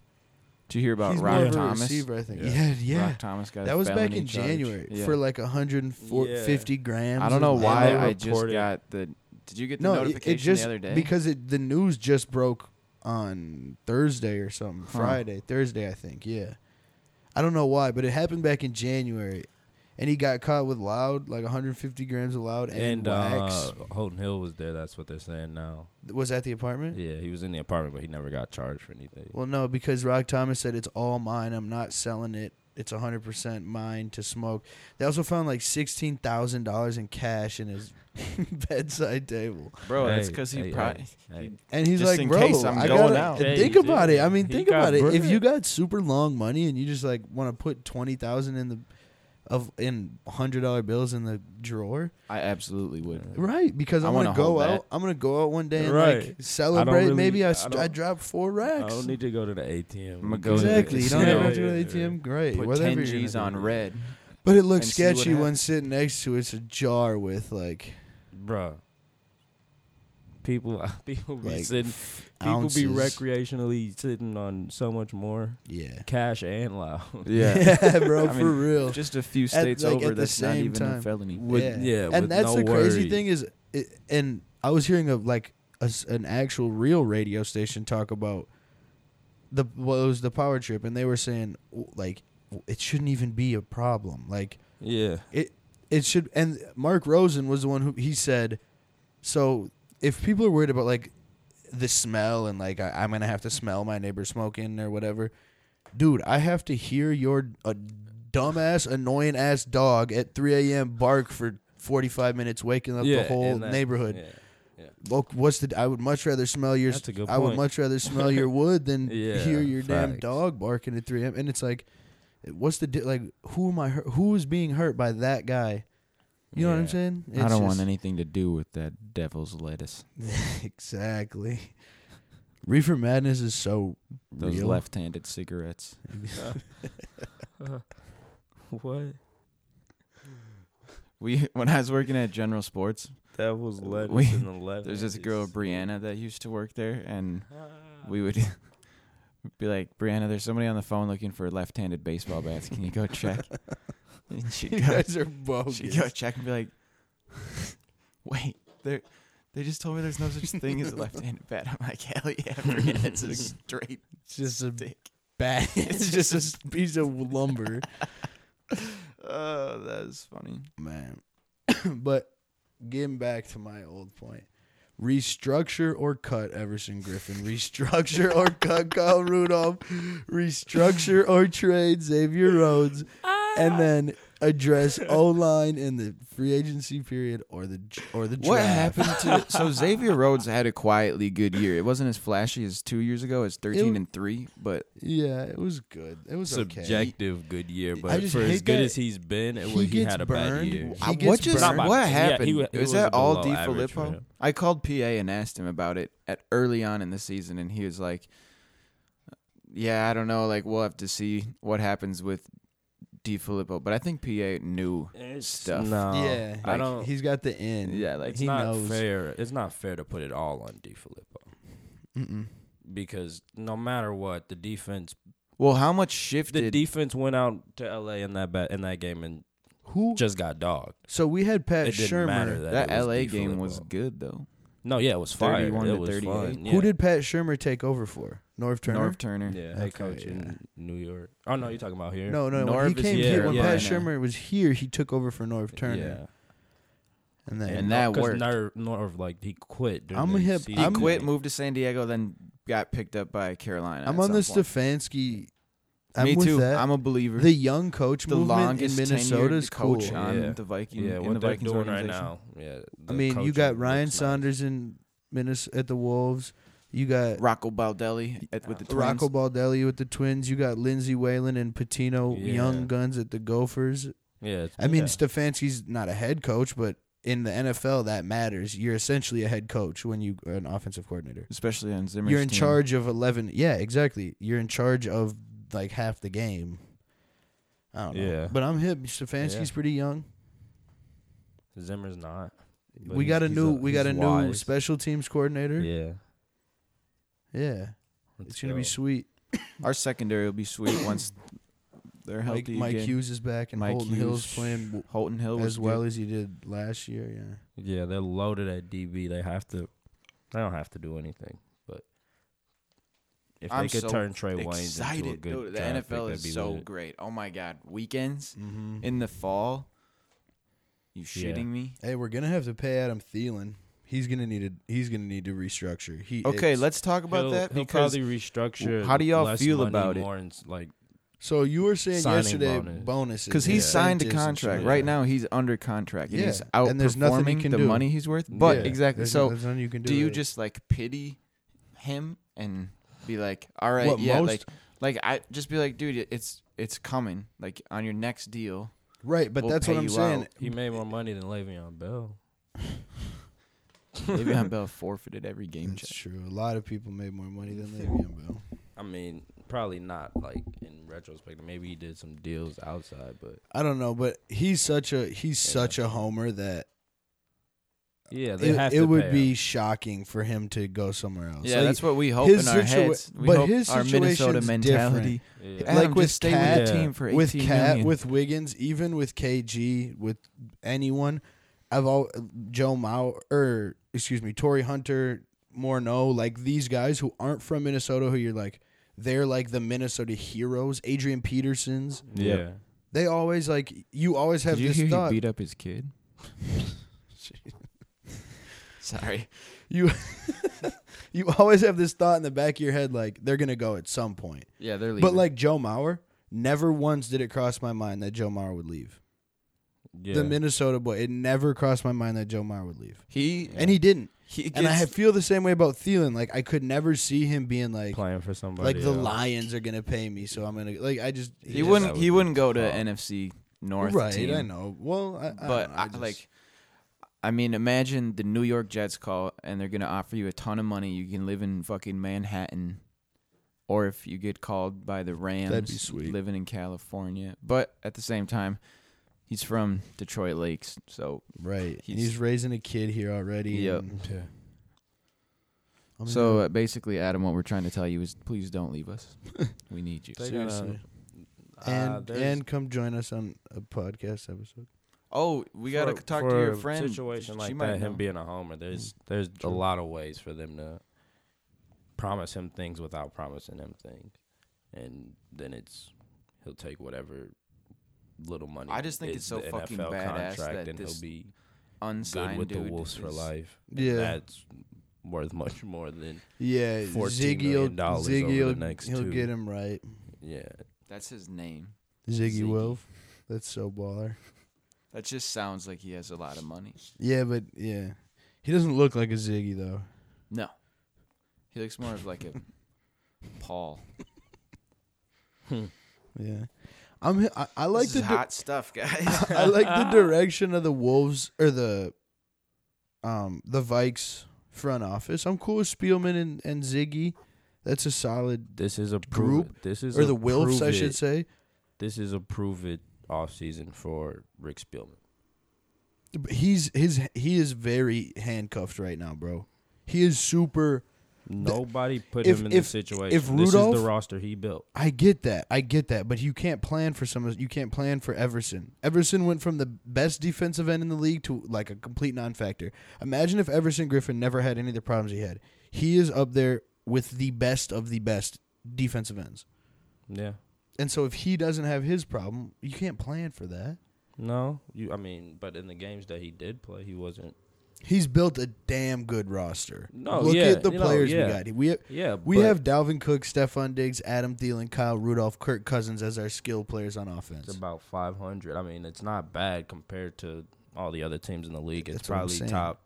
S1: Did you hear about
S2: he's more
S1: Rob
S2: of a
S1: Thomas?
S2: receiver, I think.
S3: Yeah.
S2: Yeah, yeah.
S1: Rock Thomas got a
S2: that was back
S1: felony
S2: in
S1: charge.
S2: January
S1: Yeah.
S2: for like 150 grams.
S1: I don't know
S2: of-
S1: why
S3: they
S1: I just
S3: reported-
S1: got the. Did you get the
S2: no, it-
S1: notification
S2: it just
S1: the other day?
S2: because it, the news just broke on Thursday or something,
S1: Huh.
S2: Friday, Thursday, I think. Yeah, I don't know why, but it happened back in January, and he got caught with loud, like 150 grams of loud and,
S3: And
S2: wax.
S3: uh, Holden Hill was there. That's what they're saying now.
S2: was at the apartment.
S3: Yeah, he was in the apartment, but he never got charged for anything.
S2: Well, no, because Rock Thomas said it's all mine. I'm not selling it. It's 100% mine to smoke. They also found like $16,000 in cash in his <laughs> bedside table.
S1: bro, that's
S3: Hey,
S1: because he
S3: hey,
S1: probably.
S3: hey, hey.
S2: And he's
S1: Just
S2: like,
S1: in
S2: bro,
S1: case I'm
S2: I
S1: going
S2: gotta-
S1: out."
S2: and
S3: Hey,
S2: think
S3: he
S2: about it.
S3: did.
S2: I mean,
S3: He
S2: think
S3: got
S2: about it. If
S3: burnt.
S2: you got super long money and you just like want to put twenty thousand in the of in hundred dollar bills in the drawer,
S1: I absolutely would.
S2: right? Because
S1: I
S2: I'm
S1: wanna
S2: gonna go
S1: hold
S2: out.
S1: that.
S2: I'm gonna go out one day and
S3: Right.
S2: like celebrate.
S3: really-
S2: Maybe I
S3: I
S2: s- I,
S3: don't-
S2: dropped four
S3: I
S2: racks.
S1: Oh,
S3: don't need to go to the ATM.
S1: I'ma
S3: We
S1: go
S3: can-
S1: to the
S2: exactly. You don't
S1: casino.
S2: have to go to the ATM. Great.
S1: Put
S2: Whatever.
S1: ten
S2: you're
S1: G's
S2: gonna
S1: on
S2: do. <laughs>
S1: red. <laughs>
S2: But it looks
S1: and see what
S2: sketchy when
S1: happens.
S2: sitting next to it's a jar with like
S3: Bruh. People, <laughs> people be
S2: Like,
S3: sitting, people
S2: ounces.
S3: be recreationally sitting on so much more
S2: Yeah.
S3: cash and loud. <laughs>
S2: <laughs>
S1: Yeah.
S2: bro.
S1: I
S2: for
S1: mean,
S2: real.
S1: Just a few
S2: At,
S1: states
S2: like,
S1: over.
S2: at the
S1: That's not
S2: same
S1: even
S2: time.
S1: a felony.
S3: With- yeah,
S2: and
S3: with
S2: that's
S3: no
S2: the crazy
S3: worry.
S2: thing is, it, and I was hearing of like a s an actual real radio station talk about the what was the power trip, and they were saying w- like w- it shouldn't even be a problem, like
S3: yeah.
S2: it it should. And Mark Rosen was the one who he said, so if people are worried about like the smell and like I, I'm gonna have to smell my neighbor smoking or whatever, dude, I have to hear your a dumbass, annoying ass dog at 3 a.m. bark for 45 minutes, waking up
S3: yeah,
S2: the whole
S3: and that-
S2: neighborhood.
S3: yeah.
S2: Look, what's the? I would much rather smell your.
S3: That's a good
S2: I would
S3: point.
S2: much rather smell
S3: <laughs>
S2: your wood than
S3: Yeah,
S2: hear your damn
S3: facts.
S2: dog barking at 3 a.m. And it's like, what's the di- like? Who am I? Hurt? Who is being hurt by that guy? You know what I'm
S3: Yeah.
S2: saying?
S1: I don't want
S2: any.
S1: anything to do with that devil's lettuce.
S2: <laughs>
S1: <laughs>
S2: Exactly. Reefer Madness is so
S1: Those
S2: real.
S1: left-handed cigarettes.
S3: What?
S1: We <laughs> when I was working at General Sports,
S3: That was
S1: lettuce
S3: lettuce
S1: We-
S3: in
S1: in
S3: the left.
S1: there's this girl Brianna that used to work there, and
S3: Ah.
S1: we would <laughs> be like, Brianna, there's somebody on the phone looking for left-handed baseball bats. Can you go <laughs> check? and <laughs> she
S2: <laughs> You
S1: go,
S2: guys are bogus.
S1: she go check and be like, <laughs> wait, they they just told me there's <laughs> no such thing as a left-handed bat. I'm like, hell yeah, Brianna, it's a straight <laughs>
S2: It's just a
S1: dick.
S2: bad. <laughs>
S1: <laughs>
S2: it's just a s- piece of lumber,
S1: Oh, that is funny.
S2: man. <coughs> but getting back to my old point, restructure or cut Everson Griffin. Restructure
S1: <laughs>
S2: or cut Kyle Rudolph. Restructure or trade Xavier Rhodes,
S1: Ah.
S2: and then
S1: <laughs>
S2: address O line in the free agency period or the or the draft.
S1: What happened to so Xavier Rhodes had a quietly good year. It wasn't as flashy as two years ago. It's thirteen
S2: It-
S1: and three, but
S2: Yeah, it was good. It was okay.
S3: Subjective good year,
S2: I
S3: but
S2: just
S3: for as
S2: hate
S3: good
S2: that
S3: as he's been, it
S2: he
S3: was, he,
S2: gets
S3: had a bad
S2: burned.
S3: year.
S2: He
S1: I-
S2: gets
S1: what just
S3: burned.
S1: what
S3: Yeah, he
S1: happened?
S3: wa- he
S1: is
S3: was
S1: that
S3: a
S1: all
S3: below
S1: D
S3: average for
S1: Filippo?
S3: him.
S1: I called PA and asked him about it at early on in the season, and he was like, "Yeah, I don't know. Like, we'll have to see what happens with D Filippo." But I think PA knew.
S3: It's-
S1: Stuff.
S3: No,
S2: Yeah,
S3: I
S2: like,
S3: don't-
S2: He's got the end.
S1: Yeah, like
S3: it's
S2: he
S3: not
S2: knows.
S3: fair. It's not fair to put it all on D. Filippo
S2: Mm-mm.
S3: because no matter what, the defense,
S1: well, how much
S3: the
S1: shifted?
S3: defense went out to L.A. in that bet in that game and
S2: Who?
S3: just got dogged.
S2: so we had Pat
S3: It didn't matter
S2: Shermer.
S3: that,
S1: that
S3: it was
S1: LA
S3: D.
S1: game
S3: Filippo.
S1: was good though.
S3: no, yeah, it was fire.
S1: 31 to
S3: It was
S1: 38.
S3: fun. Yeah.
S2: Who did Pat Shermer take over for? North Turner.
S1: North Turner.
S3: Yeah, head
S2: Okay,
S3: coach
S2: yeah.
S3: in New York. Oh no, you're talking about here.
S2: no, no, when he
S1: Norv is
S2: came
S3: here,
S2: here, when
S3: yeah.
S2: Pat
S1: Yeah.
S2: Shermer was here, he took over for North Turner, and then
S1: And
S3: Oh,
S1: that worked.
S3: Nerve, nerve, like he quit. during
S2: I'm
S3: the
S2: hip-
S1: He
S3: season.
S2: I'm-
S1: quit, moved to San Diego, then got picked up by Carolina.
S2: I'm
S1: at
S2: on
S1: some
S2: this
S1: point.
S2: Stefanski. I'm
S1: Me
S2: with
S1: too.
S2: that.
S1: I'm a believer.
S2: the young coach
S1: the
S2: movement
S1: longest
S2: in Minnesota
S1: tenured
S2: is cool.
S1: coach on
S3: Yeah.
S1: the Viking
S3: Yeah,
S1: in
S3: what
S1: the
S3: they're
S1: Vikings
S3: doing right
S1: organization.
S3: now. Yeah,
S2: I
S3: the
S2: mean, you
S3: coaching
S2: got Ryan
S3: looks nice.
S2: Saunders in Minnesota at the Wolves. You got
S1: Rocco Baldelli at, with the Twins.
S2: Rocco Baldelli with the Twins. You got Lindsey Whalen and Patino,
S3: Yeah.
S2: young guns at the Gophers.
S3: Yeah,
S2: I mean,
S3: yeah.
S2: Stefanski's not a head coach, but in the NFL, that matters. You're essentially a head coach when you are an offensive coordinator.
S1: especially on Zimmer's
S2: You're in
S1: team.
S2: charge of 11. Yeah, exactly. You're in charge of like half the game. I don't know.
S3: Yeah.
S2: But I'm hip. Stefanski's
S3: Yeah.
S2: pretty young.
S3: Zimmer's not. but
S2: we
S3: he's-
S2: got a
S3: he's
S2: new we
S3: he's
S2: got a new
S3: wise.
S2: special teams coordinator. Yeah.
S3: Yeah,
S2: It's going to be sweet.
S1: Our secondary will be <coughs> sweet once they're
S2: Mike,
S1: healthy.
S2: Mike
S1: again.
S2: Hughes is back and
S1: Mike
S2: Holton Hill's
S1: Hughes
S2: playing w-
S1: Holton Hill was
S2: as well
S1: good.
S2: as he did last year, yeah.
S3: Yeah, they're loaded at DB. They have to. They don't have to do anything, but if
S1: I'm
S3: they could
S1: so
S3: turn Trey Wayne's into a
S1: Excited,
S3: good
S1: dude! The NFL
S3: draft pick, that'd
S1: is
S3: be
S1: so
S3: lit.
S1: great. Oh my god, weekends
S2: Mm-hmm.
S1: in the fall. You
S3: Yeah.
S1: shitting me?
S2: Hey, we're gonna have to pay Adam Thielen. He's gonna need to. He's gonna need to restructure. He
S1: Okay,
S2: it's-
S1: let's talk about
S3: He'll-
S1: that
S3: he'll
S1: because
S3: probably restructure.
S1: How do y'all
S3: less
S1: feel
S3: money,
S1: about it?
S3: more in s- like
S2: So you were saying
S3: Signing
S2: yesterday
S3: bonus.
S2: bonuses
S1: because he's
S2: incentives
S1: signed a
S2: and shit.
S1: contract
S3: shit.
S1: right now. He's under contract. And
S2: Yeah,
S1: he's outperforming
S2: and there's nothing he can
S1: the
S2: do.
S1: money he's worth. But
S2: Yeah,
S1: exactly.
S2: there's-
S1: So
S2: there's nothing you can do.
S1: do you
S2: with it.
S1: just like pity him and be like, all right,
S2: What,
S1: yeah,
S2: most-
S1: like, like I just be like, dude, it's it's coming, like on your next deal.
S2: right? But
S1: we'll
S2: that's
S1: pay
S2: what I'm
S1: you
S2: saying.
S1: out.
S3: he made more money than Le'Veon Bell.
S1: Le'Veon
S2: <laughs>
S1: Bell forfeited every game
S2: That's
S1: check.
S2: true. A lot of people made more money than Le'Veon Bell.
S3: <laughs> I mean, probably not like in retrospect. Maybe he did some deals outside, but
S2: I don't know, but he's such a he's
S3: Yeah.
S2: such a homer that
S3: yeah, they have
S2: it,
S3: to
S2: it would
S3: pay
S2: be
S3: him.
S2: shocking for him to go somewhere else.
S1: Yeah,
S2: Like,
S1: that's what we hope
S2: his
S1: in our
S2: situa-
S1: heads. We
S2: but
S1: hope
S2: his
S1: our Minnesota
S2: situation's
S1: mentality.
S3: Yeah.
S2: Like
S1: Adam,
S2: with
S1: just stay
S2: Cat-
S1: with the team for 18
S2: with Cat,
S1: million.
S2: with Wiggins, even with KG, with anyone, I've all Joe Mau or excuse me, Torrey Hunter, Morneau, like these guys who aren't from Minnesota, who you're like, they're like the Minnesota heroes. Adrian Petersons,
S3: yeah.
S2: they always like you always have
S1: Did you
S2: this
S1: hear
S2: thought.
S1: he beat up his
S2: <laughs>
S1: kid? Sorry.
S2: you you always have this thought in the back of your head, like they're gonna go at some point.
S1: Yeah, they're leaving.
S2: But like Joe Mauer, never once did it cross my mind that Joe Mauer would leave.
S3: yeah.
S2: the Minnesota boy. It never crossed my mind that Joe Meyer would leave,
S1: he
S2: and he didn't.
S1: he gets,
S2: and I have- feel the same way about Thielen. Like I could never see him being like,
S3: playing for somebody.
S2: like the
S3: else.
S2: Lions are gonna pay me, so I'm gonna like. I just
S1: he,
S2: it just-
S1: wouldn't
S3: that
S1: he
S3: would
S1: wouldn't
S3: be
S1: go to
S3: tough.
S1: NFC North
S2: right.
S1: team.
S2: I know. Well, I, I don't
S1: but
S2: know,
S1: I,
S2: just-
S1: like I mean, imagine the New York Jets call and they're gonna offer you a ton of money. You can live in fucking Manhattan, or if you get called by the Rams,
S2: be sweet.
S1: Living in California, but at the same time, he's from Detroit Lakes, so
S2: right. He's,
S1: he's-
S2: raising a kid here already.
S1: Yep.
S2: and-
S3: Yeah.
S2: I mean,
S1: so uh, basically, Adam, what we're trying to tell you is, please don't leave us.
S2: <laughs>
S1: we need you.
S3: They gotta-
S2: seriously,
S3: Uh,
S2: and
S3: there's-
S2: and come join us on a podcast episode.
S1: Oh, we gotta
S3: for-
S1: talk to
S3: for
S1: your
S3: a
S1: friend.
S3: Situation
S1: She
S3: like
S1: might
S3: that, him
S1: know. Mm-hmm.
S3: being a homer. There's there's a
S2: True.
S3: lot of ways for them to promise him things without promising him things, and then it's he'll take whatever little money.
S1: I just think
S3: is
S1: it's so
S3: the
S1: fucking
S3: NFL
S1: badass
S3: contract,
S1: that
S3: and
S1: this
S3: he'll be good
S1: Unsigned
S3: with the
S1: dude
S3: Wolves for
S1: is-
S3: life. And
S2: Yeah.
S3: that's worth <laughs> much more than
S2: Yeah,
S3: $14
S2: Ziggy
S3: million
S2: will
S3: dollars
S2: Ziggy
S3: over the
S2: will,
S3: next
S2: he'll
S3: two.
S2: get him right.
S3: yeah.
S1: That's his name.
S2: Ziggy,
S3: Ziggy.
S2: Wolf. That's so baller.
S1: That just sounds like he has a lot of money.
S2: Yeah, but yeah. He doesn't look like a Ziggy though.
S1: No, he looks more of like <laughs> a Paul.
S2: Yeah. I'm I, I like
S1: this
S2: the
S1: is
S2: di-
S1: hot stuff, guys.
S2: <laughs> I like
S1: <laughs>
S2: the
S3: <laughs>
S2: direction of the Wolves or the um the Vikes front office. I'm cool with Spielman and, and Ziggy. That's a solid
S3: This is a
S2: Group,
S3: prove it. This is
S2: or
S3: a
S2: the Wilfs,
S3: prove
S2: I should
S3: it.
S2: say.
S3: This is a prove it off season for Rick Spielman.
S2: He's his he is very handcuffed right now, bro. He is super
S3: Nobody put
S2: if-
S3: him in
S2: if-
S3: this situation.
S2: if
S3: this is
S2: Rudolph-
S3: the roster he built.
S2: I get that. I get that. But you can't plan for some. You can't plan for Everson. Everson went from the best defensive end in the league to like a complete non-factor. Imagine if Everson Griffin never had any of the problems he had. He is up there with the best of the best defensive ends.
S3: Yeah.
S2: And so if he doesn't have his problem, you can't plan for that.
S3: No, you. I mean, but in the games that he did play, he wasn't.
S2: He's built a damn good roster.
S3: No,
S2: Look
S3: yeah,
S2: at the
S3: no,
S2: players
S3: yeah.
S2: we got. We have,
S3: Yeah,
S2: we
S3: but-
S2: have Dalvin Cook, Stephon Diggs, Adam Thielen, Kyle Rudolph, Kirk Cousins as our skill players on offense.
S3: It's about 500. I mean, it's not bad compared to all the other teams in the league. It's
S2: That's what I'm
S3: probably
S2: saying.
S3: top.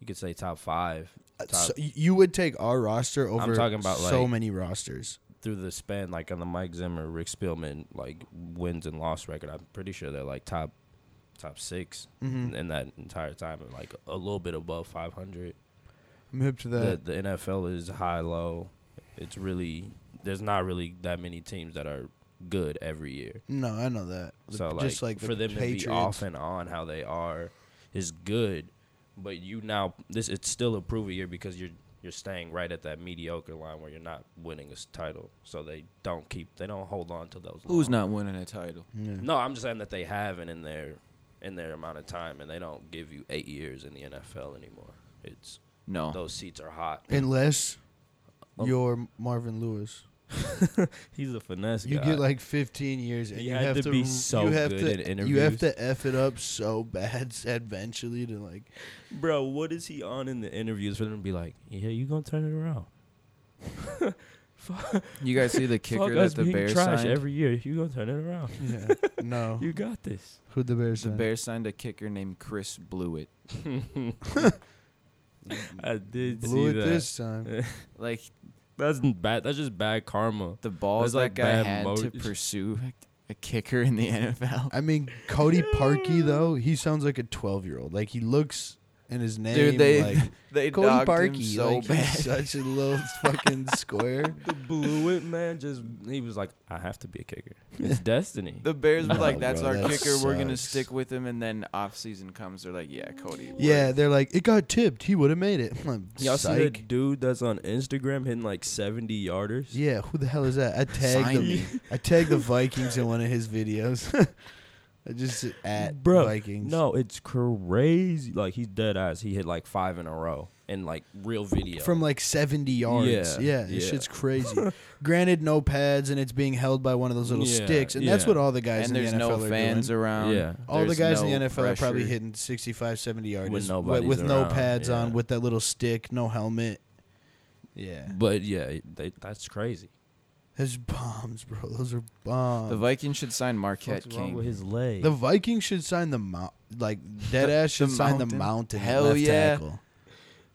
S3: You could say top five. Top
S2: so y- you would take our roster over
S3: talking about,
S2: so
S3: like-
S2: many rosters.
S3: through the span, like on the Mike Zimmer, Rick Spielman, like wins and loss record. I'm pretty sure they're like top, top 6
S2: Mm-hmm.
S3: in that entire time, and like a little bit above 500.
S2: I'm hip to
S3: The the NFL is high low. It's really there's not really that many teams that are good every year.
S2: no, I know that. The-
S3: So like,
S2: just like the
S3: for them
S2: Patriots.
S3: to be off and on how they are is good, but you now this it's still a prove it year because you're you're staying right at that mediocre line where you're not winning a s- title. So they don't keep they don't hold on to those.
S1: Who's not
S3: long-
S1: winning a title?
S2: Yeah.
S3: No, I'm just saying that they haven't in their in their amount of time, and they don't give you eight years in the NFL anymore. It's
S1: No,
S3: those seats are
S2: <laughs>
S3: hot.
S2: Unless
S3: Um,
S2: you're Marvin Lewis,
S3: He's a finesse
S2: you
S3: guy.
S2: get like 15 years, and
S3: He
S2: you
S3: had
S2: have
S3: to
S2: to,
S3: be
S2: you
S3: so
S2: have
S3: good
S2: to,
S3: at
S2: You have
S3: interviews.
S2: to f it up so bad <laughs> eventually to like.
S3: Bro, what is he on in the interviews for them to be like, yeah, you gonna turn it around?
S1: you guys see the kicker
S3: <laughs> Fuck
S1: that
S3: us
S1: the
S3: being
S1: Bears
S3: trash
S1: signed.
S3: every year. You gonna turn it around?
S2: Yeah, <laughs> no.
S3: You got this. <laughs>
S2: Who the Bears?
S1: the
S2: sign?
S1: Bears signed a kicker named Chris Blewett.
S3: I did
S2: blew
S3: see
S2: it
S3: that.
S2: this time.
S1: Like
S3: That's bad. That's just bad karma.
S1: the balls
S3: That's like
S1: that guy
S3: bad
S1: had to
S3: motive.
S1: pursue a kicker
S3: <laughs>
S1: in the NFL.
S2: I mean, Cody Parkey though, he sounds like a 12 year old. Like he looks and his name.
S1: Dude, they
S2: like,
S1: they
S2: Cody
S1: dogged him
S2: Parkey,
S1: so
S2: like,
S1: bad.
S2: He's such a
S1: <laughs>
S2: little fucking square.
S3: The blew it man. Just he was like, I have to be a kicker. It's destiny.
S1: The Bears were
S2: No,
S1: like, "That's
S2: Oh, bro,
S1: our
S2: that
S1: kicker. We're gonna
S2: sucks.
S1: stick with him." And then off season comes, they're like, "Yeah, Cody." we're-
S2: Yeah, they're like, it got tipped. He would have made it. <laughs> I'm like,
S3: Y'all see
S2: Psych.
S3: that dude that's on Instagram hitting like seventy yarders?
S2: Yeah, who the hell is that? I tagged
S1: Sign
S2: the,
S1: me. <laughs>
S2: I tagged the Vikings in one of his videos. <laughs> I just at
S3: Bro,
S2: Vikings.
S3: No, it's crazy. Like he's dead ass. He hit like five in a row and like real video.
S2: From like 70 yards.
S3: Yeah,
S2: Yeah, this
S3: yeah.
S2: shit's crazy.
S3: <laughs>
S2: Granted, no pads, and it's being held by one of those little
S3: Yeah,
S2: sticks, and that's
S3: yeah.
S2: what all the guys
S1: And
S2: in
S1: there's
S2: the NFL
S1: no
S2: are
S1: fans
S2: doing.
S1: around.
S3: Yeah.
S2: all the
S1: There's
S2: guys in
S1: no
S2: the NFL are probably
S1: pressure.
S2: hitting 65, 70 yards
S3: When
S2: with,
S3: nobody's
S2: with no
S3: around,
S2: pads
S3: yeah.
S2: on, with that little stick, no helmet. Yeah.
S3: but yeah, they, that's crazy.
S2: Those bombs, bro. Those are bombs.
S1: The Vikings should sign Marquette
S3: What's wrong with
S1: King.
S3: his leg?
S2: The Vikings should sign the mount, like dead ass should
S1: the
S2: sign the
S1: mountain?
S2: mountain. at
S1: Hell
S2: left
S1: yeah.
S2: tackle.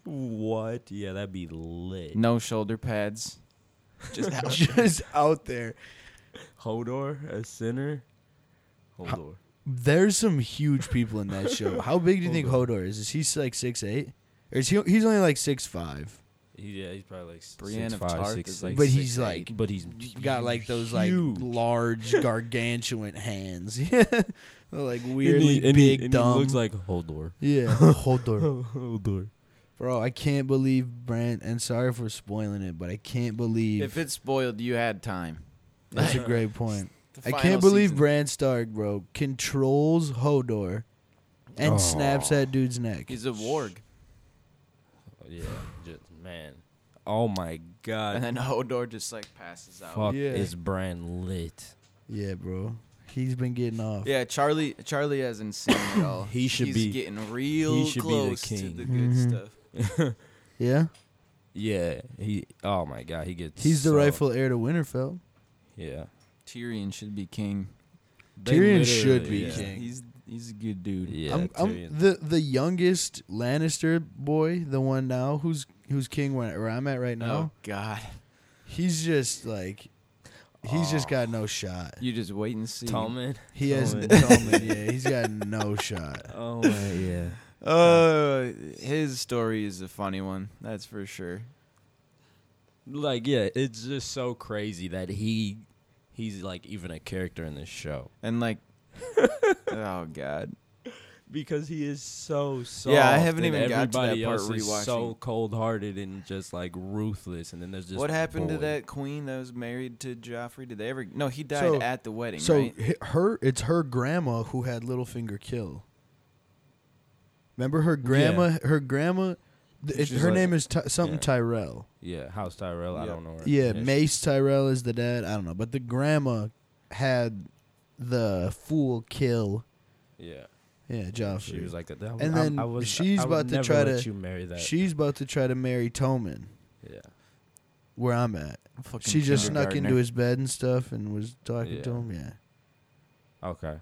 S3: what? Yeah, that'd be lit.
S1: No shoulder pads. <laughs> Just
S2: <laughs> just out there.
S3: Hodor as center. Hodor.
S2: There's some huge people in that show. How big do you think Hodor is? Is he like six eight, or is he? He's only like six five,
S3: He, yeah, he's probably like s-
S1: Brienne
S3: six,
S1: of
S3: five,
S1: Tarth
S3: six,
S1: is
S3: six.
S1: like
S2: but he's
S1: 6'8".
S2: like
S3: but he's
S2: got like those like
S3: huge. <laughs>
S2: large, gargantuan hands. <laughs> Yeah, They're, like
S3: And
S2: weirdly
S3: he- and he-
S2: big,
S3: and he
S2: dumb.
S3: looks like Hodor.
S2: yeah, Hodor.
S3: <laughs> Hodor.
S2: Bro, I can't believe Brent. And sorry for spoiling it, but I can't believe
S1: if it's spoiled, you had time.
S2: that's
S1: <laughs>
S2: a great point.
S1: The
S2: I
S1: final
S2: can't believe
S1: season.
S2: Bran Stark, bro, controls Hodor and
S3: Oh.
S2: snaps that dude's neck.
S1: he's a warg.
S3: Yeah, just man. Oh my
S1: and
S4: god.
S1: then <laughs> Hodor just like passes out.
S3: Fuck
S2: Yeah.
S3: is brand lit.
S2: Yeah, bro. He's been getting off.
S1: Yeah, Charlie. Charlie hasn't seen it all.
S4: He should
S1: He's
S4: be-
S1: getting real
S4: should be the
S1: close
S4: king.
S1: to the good
S2: Mhm.
S1: stuff.
S2: Yeah?
S3: Yeah, he. Oh my god, he gets.
S2: He's the
S3: so-
S2: rightful heir to Winterfell.
S3: Yeah,
S1: Tyrion should be king.
S3: They
S2: Tyrion should
S3: literally-
S2: be
S3: yeah.
S2: king.
S1: He's he's a good dude.
S3: Yeah,
S2: I'm, I'm
S3: Tyrion.
S2: the the youngest Lannister boy, the one now who's who's king where, where I'm at right now.
S1: Oh God,
S2: He's just like he's just
S3: Aw.
S2: got no shot.
S1: you just wait and see.
S3: Tommen.
S2: He has
S3: <laughs> Tolman.
S2: Tolman, yeah, he's got no shot.
S3: Oh my, yeah.
S1: Uh, his story is a funny one. That's for sure.
S3: Like yeah, it's just so crazy that he, he's like even a character in this show
S1: And like, oh God,
S3: because he is so soft.
S1: Yeah, I haven't
S3: and
S1: even got to that
S3: everybody
S1: part
S3: else is So
S1: rewatching.
S3: cold hearted and just like ruthless, and then there's just
S1: what happened to
S3: Boyd.
S1: that queen that was married to Joffrey? Did they ever? No, he died
S2: So-
S1: at the wedding.
S2: So
S1: right?
S2: hi- her it's her grandma who had Littlefinger kill. Remember her grandma her grandma th- it,
S3: She's
S2: her
S3: like-
S2: name is Ty- something
S3: yeah.
S2: Tyrell.
S3: Yeah, House Tyrell. I
S1: Yeah.
S3: don't know. her
S2: Yeah,
S3: history.
S2: Mace Tyrell is the dad. I don't know, but the grandma had the fool kill.
S3: Yeah,
S2: Yeah, Joffrey.
S3: she was like that. that
S2: And
S3: I-
S2: then
S3: I was,
S2: she's
S3: I would
S2: about to
S3: never
S2: try
S3: let
S2: to-
S3: you marry that.
S2: She's about to try to marry Toman,
S3: yeah,
S2: where I'm at.
S1: Fucking
S2: She just snuck
S1: kindergartner.
S2: into his bed and stuff and was talking to
S3: Yeah.
S2: him. Yeah.
S3: okay.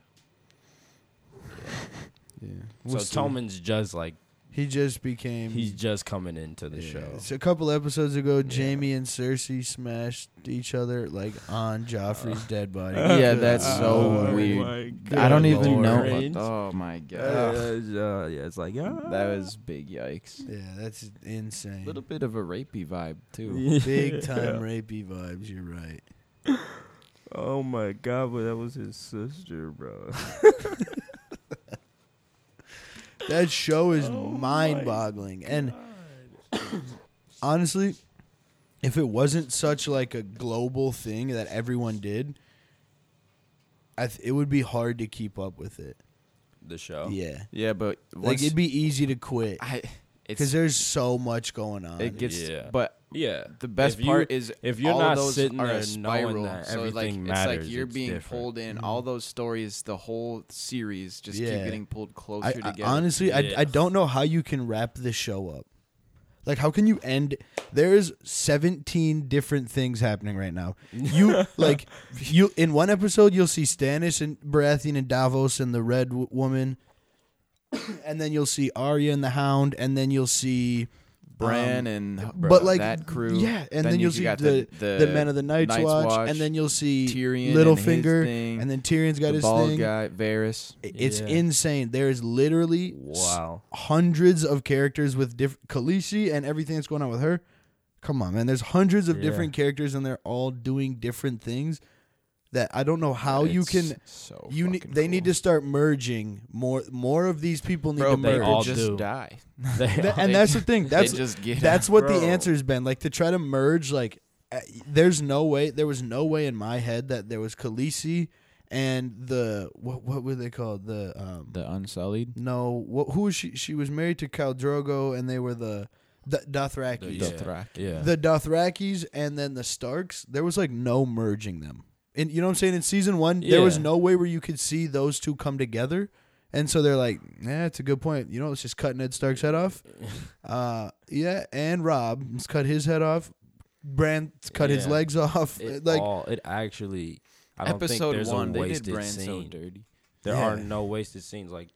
S2: Yeah.
S3: so Toman's just like
S2: He just became.
S3: he's just coming into the
S2: Yeah.
S3: show.
S2: So a couple episodes ago,
S3: Yeah.
S2: Jamie and Cersei smashed each other like on Joffrey's dead
S3: <laughs>
S2: body.
S1: Yeah, that's so
S2: Oh
S1: weird.
S3: my
S1: I don't even
S2: Lord.
S1: know.
S3: Cringe.
S1: oh <laughs> my God,
S3: uh, yeah, it's like ah.
S1: that was big yikes.
S2: Yeah, that's insane.
S1: A little bit of a rapey vibe too.
S2: Big time rapey vibes. You're right.
S3: Oh my god, but that was his sister, bro.
S2: That show is mind boggling.
S3: <laughs>
S2: And honestly, if it wasn't such like a global thing that everyone did, I th- it would be hard to keep up with it.
S3: the show.
S2: Yeah.
S1: Yeah, but
S2: Like
S1: Oh. once
S2: it'd be easy to quit
S1: I,
S2: because
S1: it's,
S2: there's so much going on.
S1: it gets.
S3: Uh, Yeah.
S1: But
S3: Yeah.
S1: the best
S3: If you-
S1: part is
S3: if you're
S1: all
S3: not
S1: of those
S3: sitting
S1: are
S3: there
S1: a
S3: knowing
S1: spiral.
S3: that
S1: so like
S3: everything
S1: it's
S3: matters,
S1: like you're
S3: it's
S1: being
S3: different.
S1: pulled in. All those stories, the whole series, just
S2: Mm-hmm. Yeah.
S1: keep getting pulled closer
S2: I, I-
S1: together.
S2: honestly, I, I
S3: Yeah.
S2: don't know how you can wrap this show up. Like, how can you end? There's 17 different things happening right now.
S1: <laughs>
S2: You like you in one episode you'll see Stannis and Baratheon and Davos and the Red w- Woman, and then you'll see Arya and the Hound, and then you'll see um,
S1: Bran and uh,
S2: but like
S1: that crew.
S2: Yeah, and then,
S1: you
S2: you'll see
S1: got
S2: the the, Men of the Night's,
S1: Night's
S2: Watch,
S1: Watch,
S2: and then you'll see
S1: Tyrion and his
S2: Littlefinger,
S1: thing,
S2: and, then Tyrion's got
S1: the
S2: his
S1: bald
S2: thing.
S1: guy Varys.
S2: I- It's
S3: Yeah.
S2: insane. There is literally s-
S3: <laughs>
S1: <laughs>
S3: Wow. <laughs>
S2: hundreds of characters with different Khaleesi and everything that's going on with her. Come on, man. There's hundreds of
S3: Yeah.
S2: different characters and they're all doing different things that I don't know how you
S1: It's
S2: can
S1: So
S2: you ne-
S1: fucking
S2: they need
S1: cool.
S2: to start merging more more of these people need
S1: Bro,
S2: to
S1: they
S2: merge.
S1: all
S3: all
S1: just
S3: do.
S1: die. <laughs>
S2: Th- and that's the thing. That's
S1: they just get
S2: <laughs> that's what the
S3: Bro.
S2: answer's been. Like to try to merge like uh, there's no way there was no way in my head that there was Khaleesi and the what what were they called? The um
S1: the Unsullied.
S2: No, what? Who was she? She was married to Khal Drogo, and they were the, the Dothrakis.
S3: Yeah.
S1: Dothraki.
S3: yeah.
S2: The Dothrakis, and then the Starks. There was like no merging them. And you know what I'm saying? In season one, there was
S3: Yeah.
S2: no way where you could see those two come together. And so they're like, yeah, it's a good point. You know, let's just cut Ned Stark's head
S3: <laughs>
S2: off. Uh, yeah, and Rob, let's cut his head off. Bran, let's cut his
S3: Yeah.
S2: legs
S1: <laughs>
S2: off.
S3: it
S2: like,
S3: all, it actually. I don't think
S1: Episode
S3: there's
S1: one, they
S3: a
S1: did
S3: wasted
S1: Bran so
S3: scene.
S1: dirty.
S3: there
S2: Yeah.
S3: are no wasted scenes. Like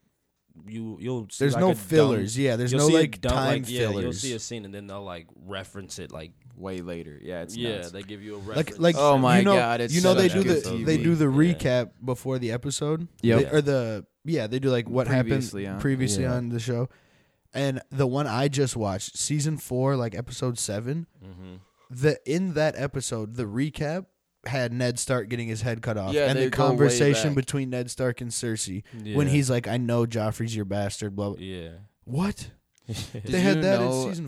S3: you, you'll see
S2: there's
S3: like
S2: no
S3: a dumb-
S2: fillers. yeah, there's
S3: you'll
S2: no
S3: see a
S2: like
S3: dumb-
S2: time
S3: like,
S2: fillers.
S3: Yeah, you'll see a scene and then they'll like reference it. Like
S1: Way later. Yeah, it's
S3: yeah,
S1: nuts.
S3: they give you a
S2: like
S3: reference.
S2: like
S1: Oh my
S2: you know,
S1: God, it's
S2: you know
S1: such
S2: they
S1: a
S2: do
S1: good
S2: the
S1: TV.
S2: they do the
S3: Yeah.
S2: recap before the episode
S1: Yep.
S2: They- or the yeah they do like what
S1: Previously
S2: happened
S1: on.
S2: previously
S3: Yeah.
S2: on the show and the one I just watched season 4 like episode 7
S3: mm-hmm.
S2: the in that episode the recap had Ned Stark getting his head cut off
S1: Yeah,
S2: and
S1: they
S2: the
S1: go way
S2: conversation
S1: back.
S2: between Ned Stark and Cersei when he's like I know Joffrey's your bastard blah, blah.
S3: yeah. <laughs>
S2: what
S1: Did
S2: they had
S1: you
S2: that
S1: know-
S2: in season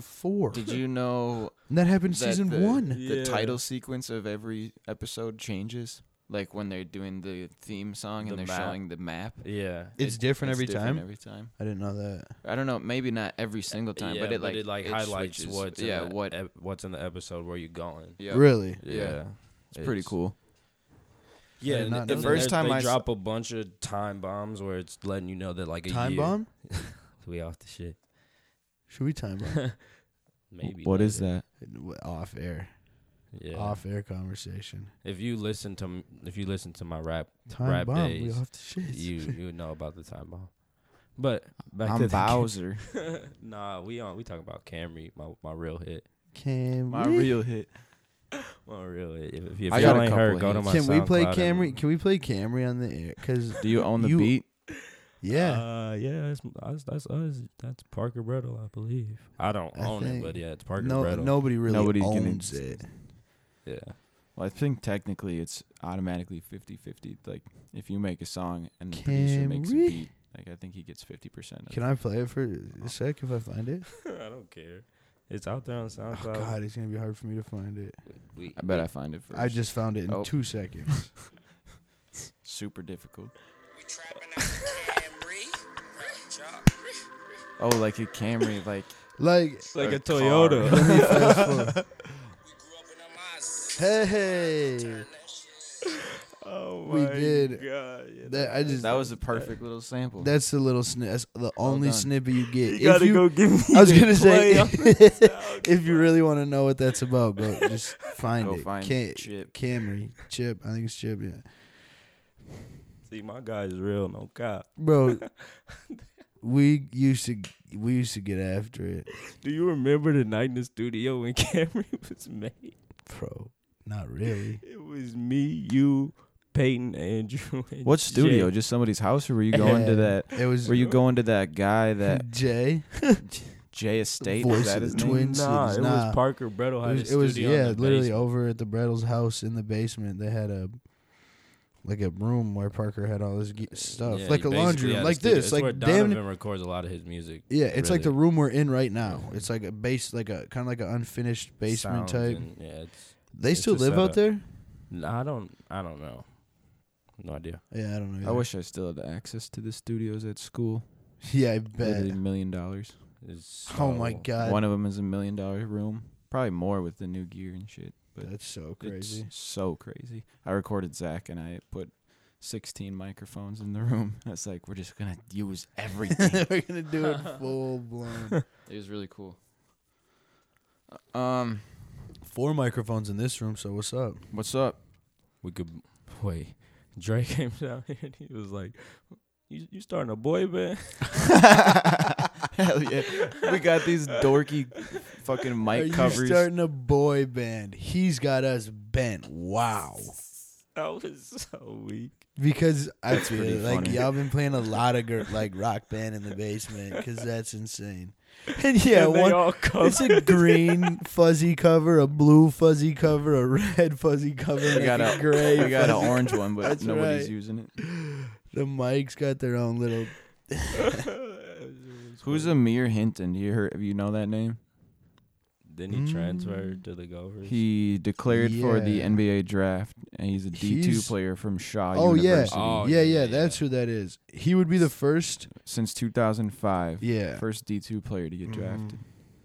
S1: <laughs>
S2: 4
S1: Did you know
S2: and that happened in
S1: that
S2: season
S1: the-
S2: 1
S1: the
S3: Yeah.
S1: title sequence of every episode changes? like when they're doing the theme song
S3: The
S1: and they're
S3: map.
S1: showing the map.
S3: Yeah.
S2: It's different
S1: It's
S2: every
S1: different
S2: time.
S1: Every time.
S2: I didn't know that.
S1: I don't know. Maybe not every single time,
S3: yeah,
S1: Uh, but it like it
S3: highlights
S1: switches.
S3: what's
S1: yeah
S3: in the
S1: what e-,
S3: ep- what's in the episode where you're going.
S1: yeah
S2: Really?
S1: Yeah. It's pretty cool.
S3: Yeah,
S2: did
S3: and
S2: not
S3: and
S2: know
S3: the
S2: that.
S3: first
S1: They-
S3: time
S1: they
S3: I
S1: drop
S3: drop a bunch of time bombs where it's letting you know that like a
S2: Time
S3: year,
S2: bomb?
S3: We off the shit.
S2: Should we time
S3: <laughs>
S2: bomb?
S3: Maybe.
S1: What is
S3: later.
S1: that?
S2: Off air.
S3: Yeah.
S2: Off air conversation.
S3: If you listen to m- if you listen to my rap
S2: Time
S3: rap
S2: bomb. We
S3: days,
S2: off the shit.
S3: you
S2: <laughs>
S3: you would know about the time bomb. But back to
S1: I'm
S2: <laughs>
S3: the
S1: Bowser.
S3: nah, we on we talking about Camry, my my real hit,
S2: Can
S1: My
S2: we?
S1: real hit.
S3: my real hit. If, if, if
S1: I
S3: y'all
S1: got a
S3: ain't
S1: couple
S3: heard, go to
S1: hits.
S3: my
S2: can we play
S3: SoundCloud
S2: Camry?
S3: and-
S2: Can we play Camry on the air?
S3: <laughs>
S2: Cause
S1: Do you own the
S2: You-
S1: beat?
S2: yeah,
S3: Uh, yeah, that's, that's that's us. That's Parker Brettle, I believe. I don't
S2: I
S3: own it,
S2: think-
S3: but yeah, it's Parker
S2: no,
S3: Brettle.
S2: nobody really
S1: Nobody's gonna-
S2: owns it.
S3: Yeah,
S1: Well, I think technically it's automatically 50-50. Like if you make a song and the
S2: Can
S1: producer makes
S2: we?
S1: a beat, like I think he gets 50% of
S2: Can
S1: it.
S2: I play it for a sec if I find it?
S3: <laughs> I don't care. It's out there on
S2: Oh
S3: SoundCloud.
S2: God, it's gonna be hard for me to find it.
S3: We,
S1: I bet I find it first.
S2: I just found it in
S1: Oh.
S2: two seconds.
S1: super difficult.
S4: We trapping out the Camry.
S1: Oh, like a Camry, <laughs> like
S2: like,
S1: like a
S3: Toyota.
S2: let me fast forward.
S4: We grew up in a Mazda.
S2: hey,
S3: <laughs> Oh
S2: We my did.
S3: God,
S2: that I just
S1: That was a perfect little sample.
S2: that's the little snip. That's the only
S1: done.
S2: snippet you get.
S3: you gotta
S2: if you,
S3: go give
S2: <laughs>
S3: me.
S2: I was gonna
S3: the
S2: say,
S3: play on
S2: <laughs> if you really want to know what that's about, go
S1: <laughs>
S2: just find
S1: Go
S2: it.
S1: find
S2: Cam-
S1: Chip.
S2: Camry, Chip. I think it's Chip.
S1: <laughs>
S2: Yeah,
S3: See, my guy's real, no cop.
S2: bro. we used to we used to get after it,
S3: Do you remember the night in the studio when <laughs> Camry was made?
S2: bro. Not really.
S3: It was me, you, Peyton, Andrew. <laughs> And
S1: What studio?
S3: Jay.
S1: Just somebody's house, or were you going to that?
S2: It
S1: <laughs>
S2: was
S1: Were you going to that guy
S2: <laughs>
S1: that
S2: Jay.
S1: Jay Estate?
S2: Voice
S1: Is that
S2: of
S1: his
S2: the
S1: name?
S2: Twin
S3: Nah,
S2: Cities,
S3: it
S2: nah.
S3: was Parker Brettle.
S2: It
S3: Had
S2: was,
S3: his
S2: it was
S3: studio in
S2: yeah,
S3: the
S2: literally
S3: basement.
S2: over at the Brettles' house in the basement. They had a like a room where Parker had all his ge- stuff,
S3: Yeah,
S2: like
S3: he
S2: a laundry
S3: basically
S2: room,
S3: had a
S2: like
S3: studio.
S2: this,
S3: It's
S2: like
S3: where
S2: damn.
S3: Donovan records a lot of his music.
S2: Yeah, it's like the
S3: really.
S2: room we're in right now. It's like a base, like a kind of like an unfinished basement
S3: Sounds
S2: type.
S3: and- yeah, it's,
S2: They
S3: it's
S2: still
S3: a
S2: live out
S3: setup.
S2: there?
S3: N- I don't. I don't know. No idea.
S2: Yeah, I don't know.
S1: I
S2: either.
S1: wish I still had access to the studios at school.
S2: <laughs> Yeah, I
S1: Literally a
S2: bet.
S1: million dollars.
S3: It's
S2: Oh my
S3: so-
S2: god,
S1: One of them is a million dollar room. Probably more with the new gear and shit. But
S2: that's so
S1: It's
S2: <laughs> crazy.
S1: so crazy. I recorded Zach and I put 16 microphones in the <laughs> room. I was like, we're just going to use everything.
S2: We're gonna do <laughs> it full blown.
S1: <laughs> it was really cool. Um,
S2: <laughs> Four microphones in this room. So what's up?
S1: what's up?
S2: <laughs>
S3: We could wait. Dre <laughs> came down here and he was like, "You, you starting a boy band?" <laughs>
S1: Hell yeah. We got these dorky fucking
S2: Are
S1: mic
S2: you
S1: covers.
S2: starting a boy band? He's got us bent. Wow.
S3: I was so weak.
S2: Because I
S1: That's
S2: feel
S1: pretty
S2: it. like
S1: funny.
S2: y'all been playing a lot of gir- like rock band in the basement because that's insane. <laughs> And yeah,
S3: and they
S2: one <laughs>
S3: all
S2: It's a green fuzzy cover, a blue fuzzy cover, a red fuzzy cover, and
S1: we got
S2: a
S1: a
S2: gray.
S1: we got an
S2: fuzzy-
S1: orange one, but
S2: That's
S1: nobody's
S2: right.
S1: using it.
S2: The mics got their own little.
S1: Who's Amir Hinton? Do you heard? You know that name?
S3: Then he transferred to the Gophers.
S1: He declared for the
S2: Yeah.
S1: NBA draft, and he's a D two
S2: He's-
S1: player from Shaw
S2: Oh yeah,
S1: University.
S3: Oh,
S2: yeah, yeah.
S3: yeah,
S2: That's who that is. He would be the first.
S1: Since 2005,
S2: Yeah. Mm-hmm.
S1: first D two player to
S3: Mm-hmm.
S1: get drafted.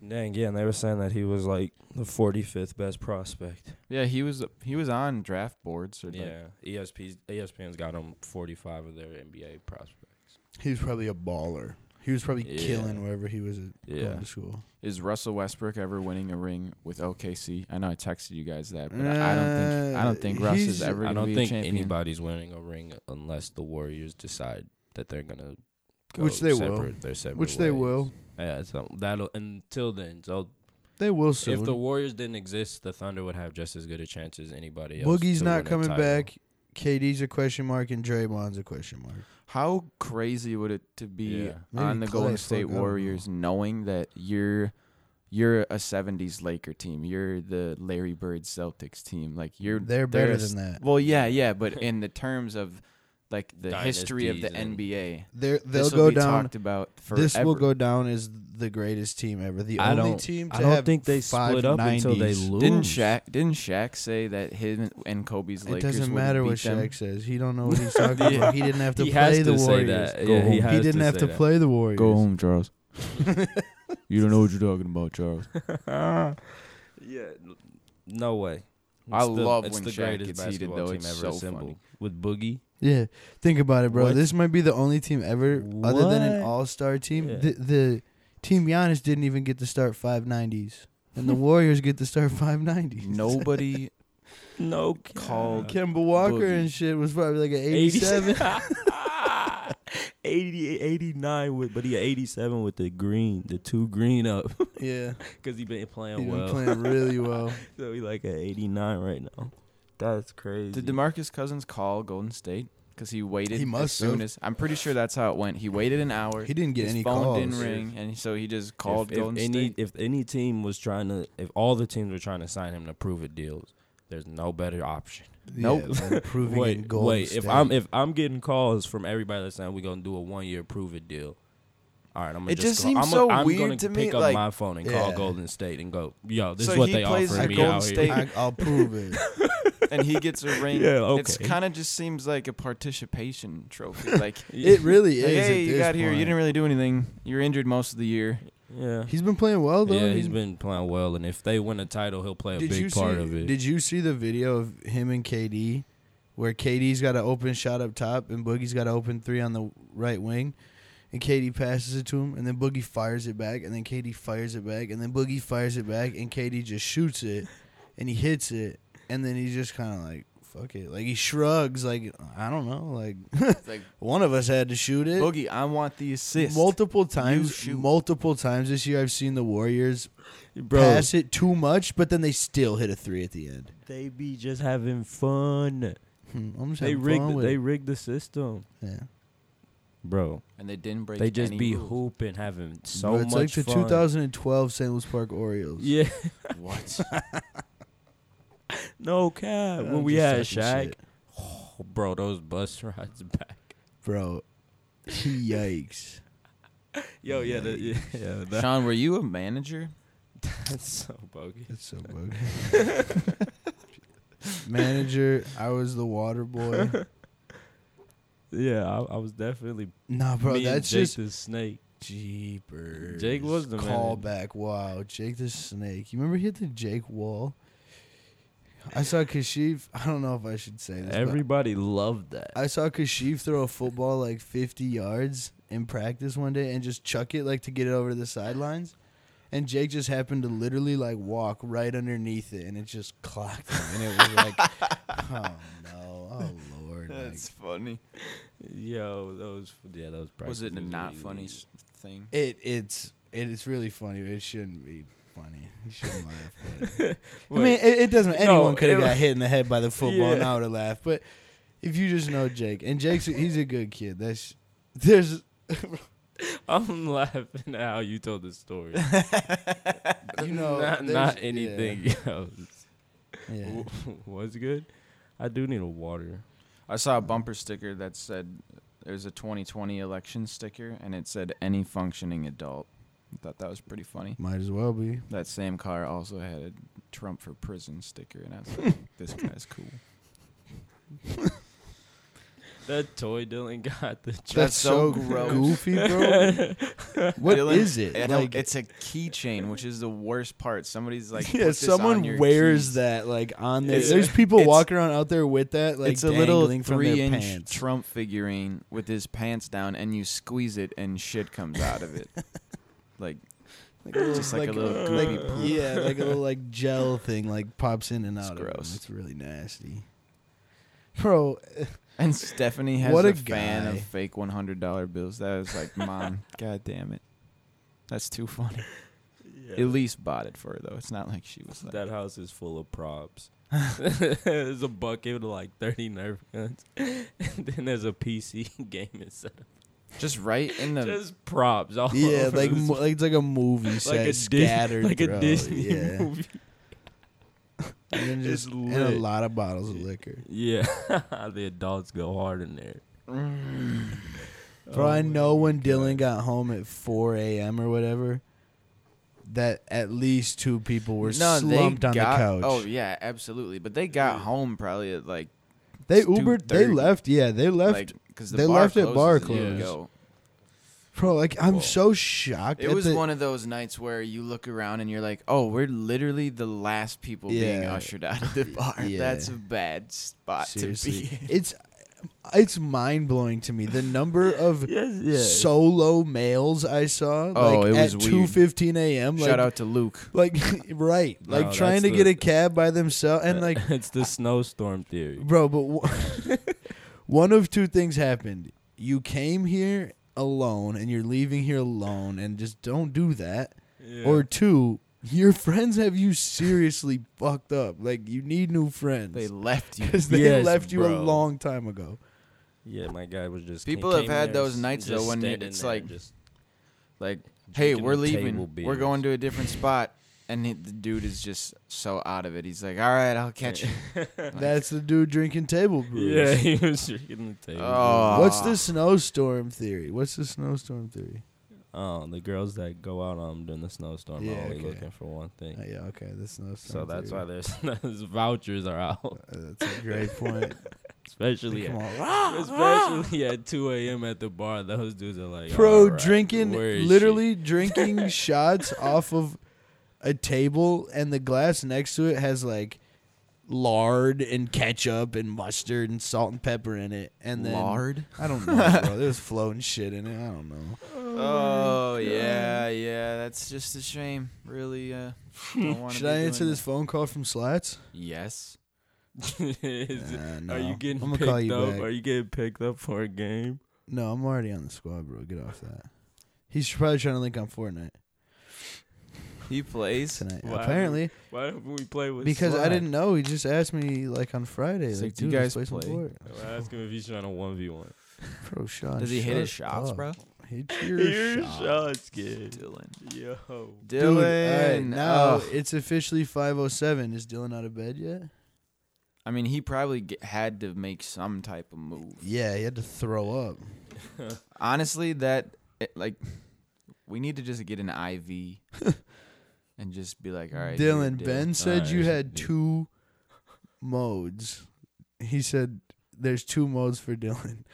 S3: Dang, yeah, and they were saying that he was like the 45th best prospect.
S1: Yeah, he was he was on draft boards. Or yeah,
S3: Yeah, ESP, ESPN's got him 45 of their NBA prospects.
S2: He was probably a baller. He was probably
S3: Yeah.
S2: killing wherever he was at
S3: Yeah.
S2: going to school.
S1: is Russell Westbrook ever winning a ring with OKC? I know I texted you guys that, but I I don't think I don't think
S2: Uh,
S1: Russ
S2: he's-
S1: is ever.
S3: I
S1: gonna
S3: don't
S1: be
S3: think
S1: a champion.
S3: anybody's winning a ring unless the Warriors decide that they're gonna go
S2: Which they will.
S3: separate, Their separate
S2: Which they
S3: ways.
S2: will.
S3: Yeah, so that'll until then. So
S2: They will soon.
S3: if the Warriors didn't exist, the Thunder would have just as good a chance as anybody else.
S2: Boogie's
S3: to
S2: not
S3: win a
S2: coming
S3: title.
S2: back. KD's a question mark and Draymond's a question mark.
S1: How crazy would it to be
S3: Yeah.
S2: Maybe
S1: on the
S2: Clay,
S1: Golden
S2: fuck, I
S1: State
S2: don't know.
S1: Warriors knowing that you're you're a 70s Laker team. You're the Larry Bird Celtics team. Like you're
S2: They're better
S1: a
S2: than
S1: st-
S2: that.
S1: Well, yeah, yeah, but in the terms of like the
S3: Dynasties
S1: history of the
S3: and-
S1: NBA.
S2: They're, they'll
S1: This will
S2: go
S1: be
S2: down.
S1: talked about forever.
S2: This will go down as the greatest team ever. The
S3: I
S2: only
S3: don't-
S2: team to
S3: I don't
S2: have
S3: think they
S2: five
S3: split up until they
S2: 90s.
S3: lose.
S1: Didn't
S3: <laughs>
S1: Shaq? Didn't Shaq say that him and Kobe's
S2: It
S1: Lakers?
S2: doesn't
S1: wouldn't
S2: matter
S1: beat
S2: what
S1: them?
S2: Shaq says. He don't know what
S3: <laughs>
S2: he's talking
S3: Yeah.
S2: about. He didn't have to
S3: He has
S2: play the
S3: to say
S2: Warriors.
S3: that.
S1: Go
S3: Yeah, he
S1: home.
S3: has
S2: he didn't
S3: to
S2: have
S3: say
S2: to
S3: that.
S2: play the Warriors.
S1: Go home, Charles. you don't know what you're talking about, Charles.
S3: Yeah, n- no way.
S1: I
S3: It's the-
S1: love
S3: it's
S1: when
S3: the
S1: Shaq
S3: greatest
S1: gets heated,
S3: basketball
S1: though.
S3: team
S1: It's
S3: ever
S1: so
S3: assembled
S1: funny.
S3: with Boogie.
S2: Yeah, think about it, bro.
S3: What?
S2: This might be the only team ever, other than an
S3: What?
S2: all-star team.
S3: Yeah.
S2: The, the team Giannis didn't even get to start five nineties,
S3: <laughs>
S2: and the Warriors get to start five nineties.
S1: Nobody
S3: No <laughs>
S1: called
S2: Kemba Walker
S1: Boogie.
S2: and shit was probably like an eighty-seven.
S3: <laughs> 80, 89 with, but he had 87 with the green, the two green up, <laughs>
S2: <laughs> yeah,
S3: because he been playing
S2: he been
S3: well.
S2: playing really
S3: <laughs>
S2: well.
S3: so he like at 89 right now. That's crazy.
S1: did Demarcus Cousins call Golden State because he waited.
S2: He
S1: as
S2: must have.
S1: soon as I'm pretty sure that's how it went. He waited an hour.
S2: He didn't get
S1: His
S2: any
S1: phone
S2: calls.
S1: didn't ring, and so he just called
S3: if,
S1: Golden
S3: if any,
S1: State.
S3: If any team was trying to, if all the teams were trying to sign him to prove it deals, there's no better option.
S1: Nope.
S2: Yeah, than proving
S3: <laughs> wait,
S2: in Golden
S3: wait.
S2: State.
S3: If I'm if I'm getting calls from everybody that's saying we're gonna do a one year prove it deal. All right, I'm gonna
S1: It just
S3: just call-
S1: seems
S3: I'm
S1: so
S3: gonna, I'm
S1: weird
S3: gonna
S1: to
S3: pick
S1: me,
S3: up
S1: like-
S3: my phone and call
S2: Yeah.
S3: Golden State and go, yo, this
S1: So
S3: is what
S1: he
S3: they
S1: plays
S3: offer
S1: at
S3: me
S1: Golden
S3: out
S1: State
S3: here. <laughs>
S2: I, I'll prove it.
S1: and he gets a ring.
S3: Yeah, okay.
S1: It's kind of just seems like a participation
S2: <laughs>
S1: trophy. Like,
S2: It really is.
S1: like,
S2: at
S1: hey, you
S2: this
S1: got here. You
S2: point.
S1: didn't really do anything. You're injured most of the year.
S3: yeah,
S2: He's been playing well though.
S3: yeah,
S2: He's
S3: he's been playing well, and if they win a title, he'll play a
S2: you
S3: big part
S2: see,
S3: of it.
S2: Did you see the video of him and KD where KD's got an open shot up top and Boogie's got an open three on the right wing? And KD passes it to him, and then Boogie fires it back, and then KD fires it back, and then Boogie fires it back, and KD just shoots it, and he hits it, and then he's just kind of like, "Fuck it," like he shrugs, like I don't know, like <laughs>
S1: It's like
S2: one of us had to shoot it.
S1: Boogie, I want the assist.
S2: multiple times,
S1: shoot.
S2: multiple times this year, I've seen the Warriors
S3: Bro,
S2: pass it too much, but then they still hit a three at the end.
S3: they be just having fun.
S2: Hmm, I'm just
S3: They
S2: having fun
S3: rigged,
S2: with
S3: they
S2: it.
S3: rigged the system,
S2: Yeah.
S3: bro.
S1: and they didn't break.
S3: They just
S1: any
S3: be
S1: rules.
S3: hooping, having so
S2: Bro, it's
S3: much
S2: like the
S3: fun.
S2: 2012 St. Louis Park Orioles.
S3: <laughs> Yeah,
S1: What?
S3: no cap.
S2: I'm
S3: when we
S2: just
S3: had
S2: talking
S3: Shaq,
S2: shit.
S3: oh, bro, those bus <laughs> rides back.
S2: bro. Yikes!
S3: Yo, yeah, the, yeah, yeah <laughs> that-
S1: Sean, were you a manager?
S3: <laughs> that's so bogey.
S2: It's so bug.
S3: <laughs>
S2: Manager, I was the water
S3: <laughs>
S2: boy.
S3: Yeah, I, I was definitely
S2: Nah, bro,
S3: me and
S2: that's
S3: Jake
S2: just
S3: the snake.
S2: jeepers.
S3: Jake was the manager.
S2: callback. Wow, Jake the Snake. You remember he hit the Jake Wall? I saw Kashif. I don't know if I should say this. but
S3: Everybody loved that.
S2: I saw Kashif throw a football like 50 yards in practice one day and just chuck it like to get it over to the sidelines. And Jake just happened to literally like walk right underneath it and it just clocked him. And it was like,
S3: <laughs>
S2: oh no, oh lord. like-
S1: funny.
S3: Yo, those yeah, those
S1: Was it a
S3: practices
S1: not
S3: really
S1: funny
S3: neat.
S1: s- thing?
S2: it, it's, it is really funny, but it shouldn't be funny. You shouldn't laugh. But I
S3: Wait, <laughs>
S2: mean, it, it doesn't. Anyone
S3: No,
S2: could have
S3: it- <laughs>
S2: got hit in the head by the football, and
S3: Yeah.
S2: I would have laughed. But if you just know Jake, and Jake's, he's a good kid. That's there's
S3: I'm laughing at how you told
S2: <laughs>
S3: the story.
S2: you know
S3: not,
S2: there's-
S3: not
S2: yeah,
S3: anything <laughs> else.
S2: yeah.
S1: <laughs>
S3: What's good? I do need a water.
S1: I saw a bumper sticker that said there's a 2020 election sticker, and it said any functioning adult. I thought that was pretty funny.
S2: Might as well be.
S1: That same car also had a Trump for prison sticker, and I was like, <laughs> this guy's cool.
S3: That toy Dylan got the. Tr-
S1: That's so gross.
S2: goofy,
S3: <laughs>
S2: bro. What
S1: Dylan,
S2: is it?
S1: it-
S2: like,
S1: it's a keychain, which is the worst part. Somebody's like,
S2: yeah, someone wears that like on there.
S1: It's-
S2: There's people
S1: it's-
S2: walking around out there with that. Like
S1: it's a little
S2: dangling from their
S1: three-inch
S2: pants.
S1: Trump figurine with his pants down, and you squeeze it, and shit comes out of
S2: <laughs>
S1: it. like, just like, a little
S2: like- uh,
S1: goopy poop.
S2: yeah, like
S1: <laughs>
S2: a little like gel thing like pops in and
S1: It's
S2: out. of 'em.
S1: gross.
S2: It's really nasty, bro. <laughs>
S1: And Stephanie has
S2: What
S1: a,
S2: a
S1: fan
S2: guy.
S1: of fake one hundred dollar bills. That was like, <laughs> mom, god damn it, that's too funny. Elise bought it for her though. It's not like she was like,
S3: That house is full of
S2: <laughs>
S3: props. there's a bucket with like 30 Nerf guns. <laughs> and then there's a PC <laughs> game instead.
S1: just right in the
S3: Just props. All
S1: <laughs>
S2: Yeah,
S3: over
S2: like
S3: this-
S2: mo-
S3: <laughs>
S2: like it's like a movie set
S3: Dis-
S2: scattered,
S3: like
S2: bro.
S3: a Disney
S1: <laughs>
S2: yeah.
S3: movie. <laughs>
S2: And then
S3: It's
S2: just and a
S3: lit.
S2: lot of bottles of liquor.
S3: <laughs> Yeah, the adults go hard in there.
S1: Oh
S2: Bro, I know when Dylan got home at 4 a.m. or whatever, that at least two people were slumped on
S1: got-
S2: the couch.
S1: Oh yeah, absolutely. But they got home probably at like
S2: they
S1: it's
S2: Ubered. They
S1: 2:30.
S2: left. Yeah, they left.
S1: because the
S2: they
S1: bar
S2: left at
S1: closes
S2: bar
S1: and you
S3: close.
S1: go.
S2: Bro, like I'm
S3: Whoa.
S2: so shocked.
S1: It
S2: at
S1: was
S2: the-
S1: one of those nights where you look around and you're like, "Oh, we're literally the last people being
S2: Yeah.
S1: ushered out
S2: <laughs>
S1: of the bar.
S2: Yeah.
S1: That's a bad spot
S2: Seriously,
S1: to <laughs> be." in.
S2: it's it's mind blowing to me the
S1: <laughs>
S2: number of
S1: Yes,
S2: solo males I saw.
S1: Oh,
S2: like,
S1: it was
S2: at
S1: weird.
S2: two fifteen a.m. Like,
S1: Shout out to Luke.
S2: like <laughs> right, like
S3: No,
S2: trying to
S3: that's
S2: get
S3: the-
S2: a cab by themselves
S1: <laughs>
S2: and like
S3: <laughs> it's the snowstorm theory.
S2: Bro, but w- <laughs> one of two things happened. You came here alone and you're leaving here alone and just don't do that. Or two, your friends have you seriously fucked up. Like you need new
S1: They
S2: friends.
S1: left you.
S2: Cuz <laughs> they
S3: Yes,
S2: left you a
S3: bro.
S2: long time ago.
S3: yeah, my guy was just.
S1: People
S3: he
S1: have
S3: came
S1: had
S3: there
S1: those
S3: s-
S1: nights, though,
S3: just
S1: when you-
S3: standing
S1: it's
S3: there
S1: like-
S3: and just
S1: Like, hey,
S3: drinking
S1: we're
S3: the table
S1: leaving. We're
S3: beers.
S1: going to a different spot. And he, the dude is just so out of it. He's like, "All right, I'll catch you." Like,
S2: That's the dude drinking table brews. Ah.
S3: Yeah, <laughs> he was drinking the table.
S1: Oh.
S2: What's
S1: Aw.
S2: the snowstorm theory? What's the snowstorm theory?
S3: beers. Oh, the girls that go out on during the snowstorm
S2: Yeah,
S3: are only
S2: okay.
S3: looking for one
S2: Oh,
S3: thing.
S2: yeah, okay, the snowstorm.
S3: So that's why
S2: theory.
S3: there's <laughs> those vouchers are out,
S2: <laughs> Uh, that's a
S3: <laughs>
S2: great point.
S3: especially
S2: Come
S3: at,
S2: on.
S3: <laughs> especially at 2 a.m. at the bar. Those dudes are like,
S2: Pro
S3: "All right,
S2: drinking,
S3: where is she?"
S2: literally drinking shots off of a table, and the glass next to it has like lard and ketchup and mustard and salt and pepper in it, and then
S1: lard.
S2: I don't know,
S3: <laughs>
S2: bro. There's floating shit in it. I don't know.
S1: Oh yeah, yeah. That's just a shame. Really. Uh,
S2: <laughs>
S1: don't wanna
S2: Should
S1: be
S2: I
S1: doing
S2: answer
S1: that.
S2: this phone call from Slats?
S1: Yes.
S3: <laughs> Is it-
S2: Nah,
S3: Are
S2: no.
S3: you getting
S2: I'm gonna
S3: picked
S2: call you
S3: up?
S2: back.
S3: Are you getting picked up for a game?
S2: No, I'm already on the squad, bro. Get off that. He's probably trying to link on Fortnite
S1: He plays.
S2: tonight.
S3: Why?
S2: Apparently,
S3: Why don't we play with?
S2: because I
S3: Sly?
S2: didn't know. He just asked me like on Friday,
S1: It's
S2: like,
S1: like, do
S2: dude,
S1: you
S2: let's
S1: guys
S2: play,
S1: play?
S2: some Fortnite.
S3: Well, Ask him if he's trying to one v one.
S2: Bro, Sean,
S1: Does he hit his
S2: shut
S1: shots,
S2: up.
S1: bro? <laughs>
S2: Hit your shots.
S3: kid.
S1: Dylan.
S3: Yo.
S1: Dylan.
S2: Dude, all right, now
S1: oh.
S2: it's officially 507. Is Dylan out of bed yet?
S1: I mean, he probably g had to make some type of move.
S2: Yeah, he had to throw up.
S1: Honestly, that it, like we need to just get an
S2: <laughs>
S1: IV and just be like, all right, you're
S2: Dylan, Ben said
S3: All
S2: you
S3: right,
S2: had
S3: dude.
S2: two modes. He said there's two modes for Dylan.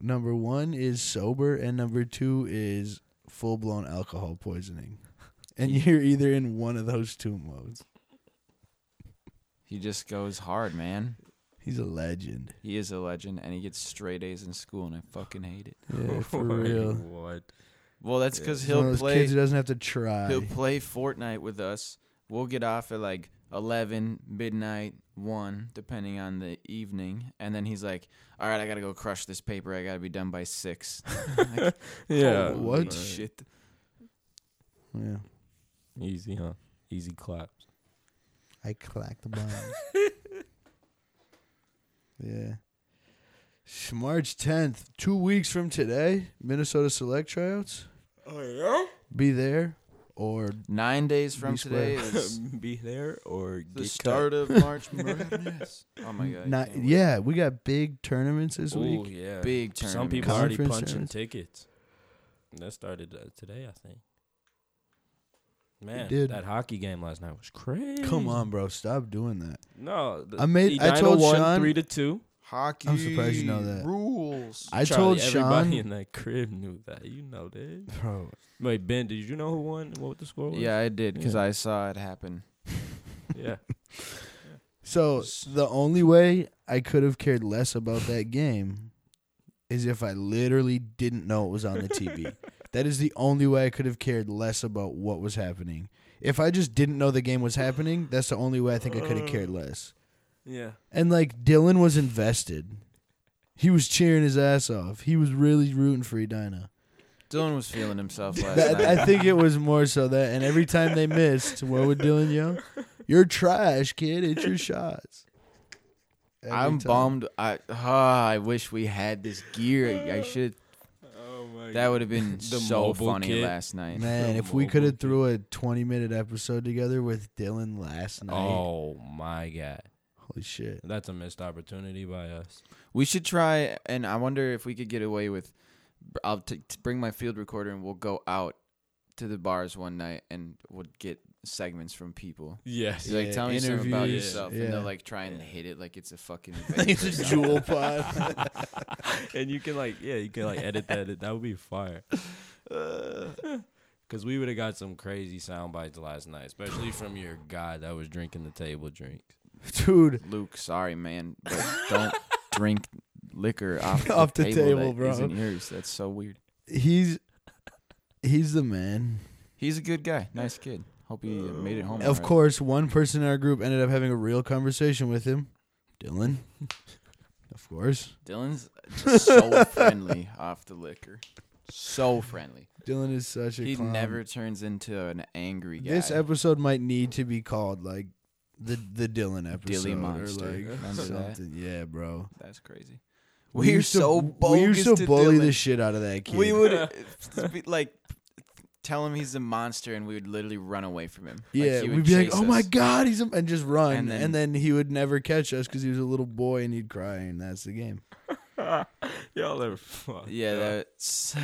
S2: Number 1 is sober and number 2 is full-blown alcohol poisoning. And you're either in one of those two modes.
S1: He just goes hard, man.
S2: He's
S1: <laughs>
S2: a legend.
S1: He is a legend, and he gets straight A's in school, and I fucking hate it.
S2: Yeah,
S3: <laughs>
S2: for
S3: Wait,
S2: real.
S3: What?
S1: Well, that's because
S2: He's one of
S1: he'll
S2: those
S1: play.
S2: kids who doesn't have to try.
S1: He'll play Fortnite with us. We'll get off at like 11, midnight, 1, depending on the evening. And then he's like, all right, I got to go crush this paper. I got to be done by 6. <laughs> Like,
S3: Yeah.
S1: holy
S2: Oh, what?
S1: Shit.
S2: Yeah.
S3: Easy, huh? Easy claps.
S2: I clacked the bomb. <laughs> yeah. Sh- March 10th, two weeks from today, Minnesota Select tryouts. Be there or
S3: Oh
S1: Nine days from
S2: Be
S1: today
S2: square. <laughs>
S1: is
S3: Be there or get
S1: the
S3: cut.
S1: start of March Madness. Oh, my God. I
S2: not.
S1: can't wait.
S2: Yeah, we got big tournaments this
S3: Ooh,
S2: week.
S3: yeah.
S1: Big tournament.
S3: Some people already
S2: Conference
S3: punching
S2: tournaments.
S3: tickets. That started uh, today, I think. Man,
S2: did.
S3: that hockey game last night was crazy.
S2: Come on, bro. Stop doing that.
S3: No,
S2: I made- I told Sean-
S3: oh three to two.
S1: Hockey
S2: I'm surprised you know that.
S1: rules.
S2: I
S3: Charlie,
S2: told
S3: everybody
S2: Sean.
S3: in that crib knew that. You know that.
S2: Bro,
S3: Wait, Ben, did you know who won? and What the score was?
S1: yeah, I did because
S3: Yeah.
S1: I saw it happen.
S3: yeah.
S2: So the only way I could have cared less about that game is if I literally didn't know it was on
S1: <laughs>
S2: the TV. that is the only way I could have cared less about what was happening. If I just didn't know the game was happening, that's the only way I think I could have
S1: Uh.
S2: cared less.
S3: Yeah.
S2: And like Dylan was invested. He was cheering his ass off. He was really rooting for Edina.
S1: Dylan was feeling himself
S2: <laughs>
S1: last
S2: That,
S1: night.
S2: I think it was more so that. And every time they missed, what would Dylan
S1: <laughs>
S2: yell? You're trash, kid. It's your shots. Every
S1: I'm
S2: time.
S1: bummed. I ah, I wish we had this gear. I, I should.
S3: Oh my.
S1: That would have been
S3: <laughs> The
S1: so
S3: mobile
S1: funny
S3: kit.
S1: last night.
S2: Man,
S3: The
S2: if we
S3: mobile
S2: could have
S3: kit.
S1: Oh.
S2: threw a 20 minute episode together with Dylan last night.
S3: Oh my god.
S2: Holy shit.
S3: That's a missed opportunity by us.
S1: We should try, and I wonder if we could get away with. I'll t- t- bring my field recorder and we'll go out to the bars one night and we'll get segments from people.
S3: Yes.
S1: You're like,
S2: Yeah,
S1: tell me something about
S3: interviews.
S1: yourself,
S2: Yeah.
S1: and they'll like try and hit it like it's a
S3: <laughs>
S1: fucking.
S2: it's
S1: vape or
S2: a
S1: something.
S2: jewel pod.
S3: and you can like yeah, you can like edit that. That would
S1: <sighs>
S3: be fire. Cause we would have got some crazy sound bites last night, especially from your guy that was drinking the table drinks.
S2: Dude,
S1: Luke, sorry, man, but
S2: <laughs>
S1: don't drink liquor off the,
S2: Off the table,
S1: that
S2: bro.
S1: isn't yours. That's so weird.
S2: he's he's the man.
S1: He's a good guy, nice kid. Hope he uh, made it home.
S2: Of
S1: alright.
S2: course, one person in our group ended up having a real conversation with him.
S1: <laughs>
S2: Dylan. of course. <laughs>
S1: Dylan's just so friendly off the liquor. So friendly.
S2: Dylan is such a
S1: He
S2: clown.
S1: never turns into an angry guy.
S2: This episode might need to be called like the the Dylan episode
S1: Dilly
S2: or
S1: Monster.
S2: like
S1: Remember that?
S2: something. Yeah, bro.
S1: That's crazy.
S2: We
S1: We're
S2: used to-
S1: so bogus.
S2: We used to, bully
S1: Dylan.
S2: the shit out of that kid. <laughs>
S1: We would uh, be like tell him he's a monster, and we would literally run away from him.
S2: yeah,
S1: he would
S2: we'd be like,
S1: chase
S2: "Oh my
S1: us."
S2: god, he's a, and just run," and
S1: And
S2: then,
S1: then-
S2: he would never catch us because he was a little boy and he'd cry, and that's
S1: <sighs>
S2: the game,
S3: Y'all are fucked.
S1: Yeah,
S3: up.
S1: that's.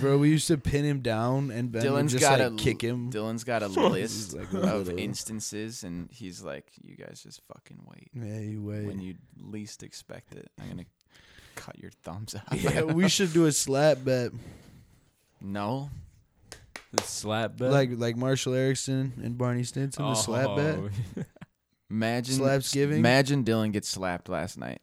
S2: bro. We used to pin him down, and Ben would
S1: Dylan's
S2: just
S1: got
S2: like,
S1: a
S2: kick him.
S1: Dylan's got a list
S2: <laughs> He's like a
S1: of
S2: little-
S1: instances, and he's like, "You guys just fucking wait.
S2: yeah, you
S1: When
S2: wait.
S1: you least expect it, I'm gonna cut your thumbs out." <laughs>
S2: <laughs> yeah, we should do a slap bet,
S1: no,
S3: The slap bet.
S2: like like Marshall Erickson and Barney Stinson. The slap bet.
S3: Oh. <laughs>
S1: imagine
S2: Slaps giving?
S1: Imagine Dylan gets slapped last night.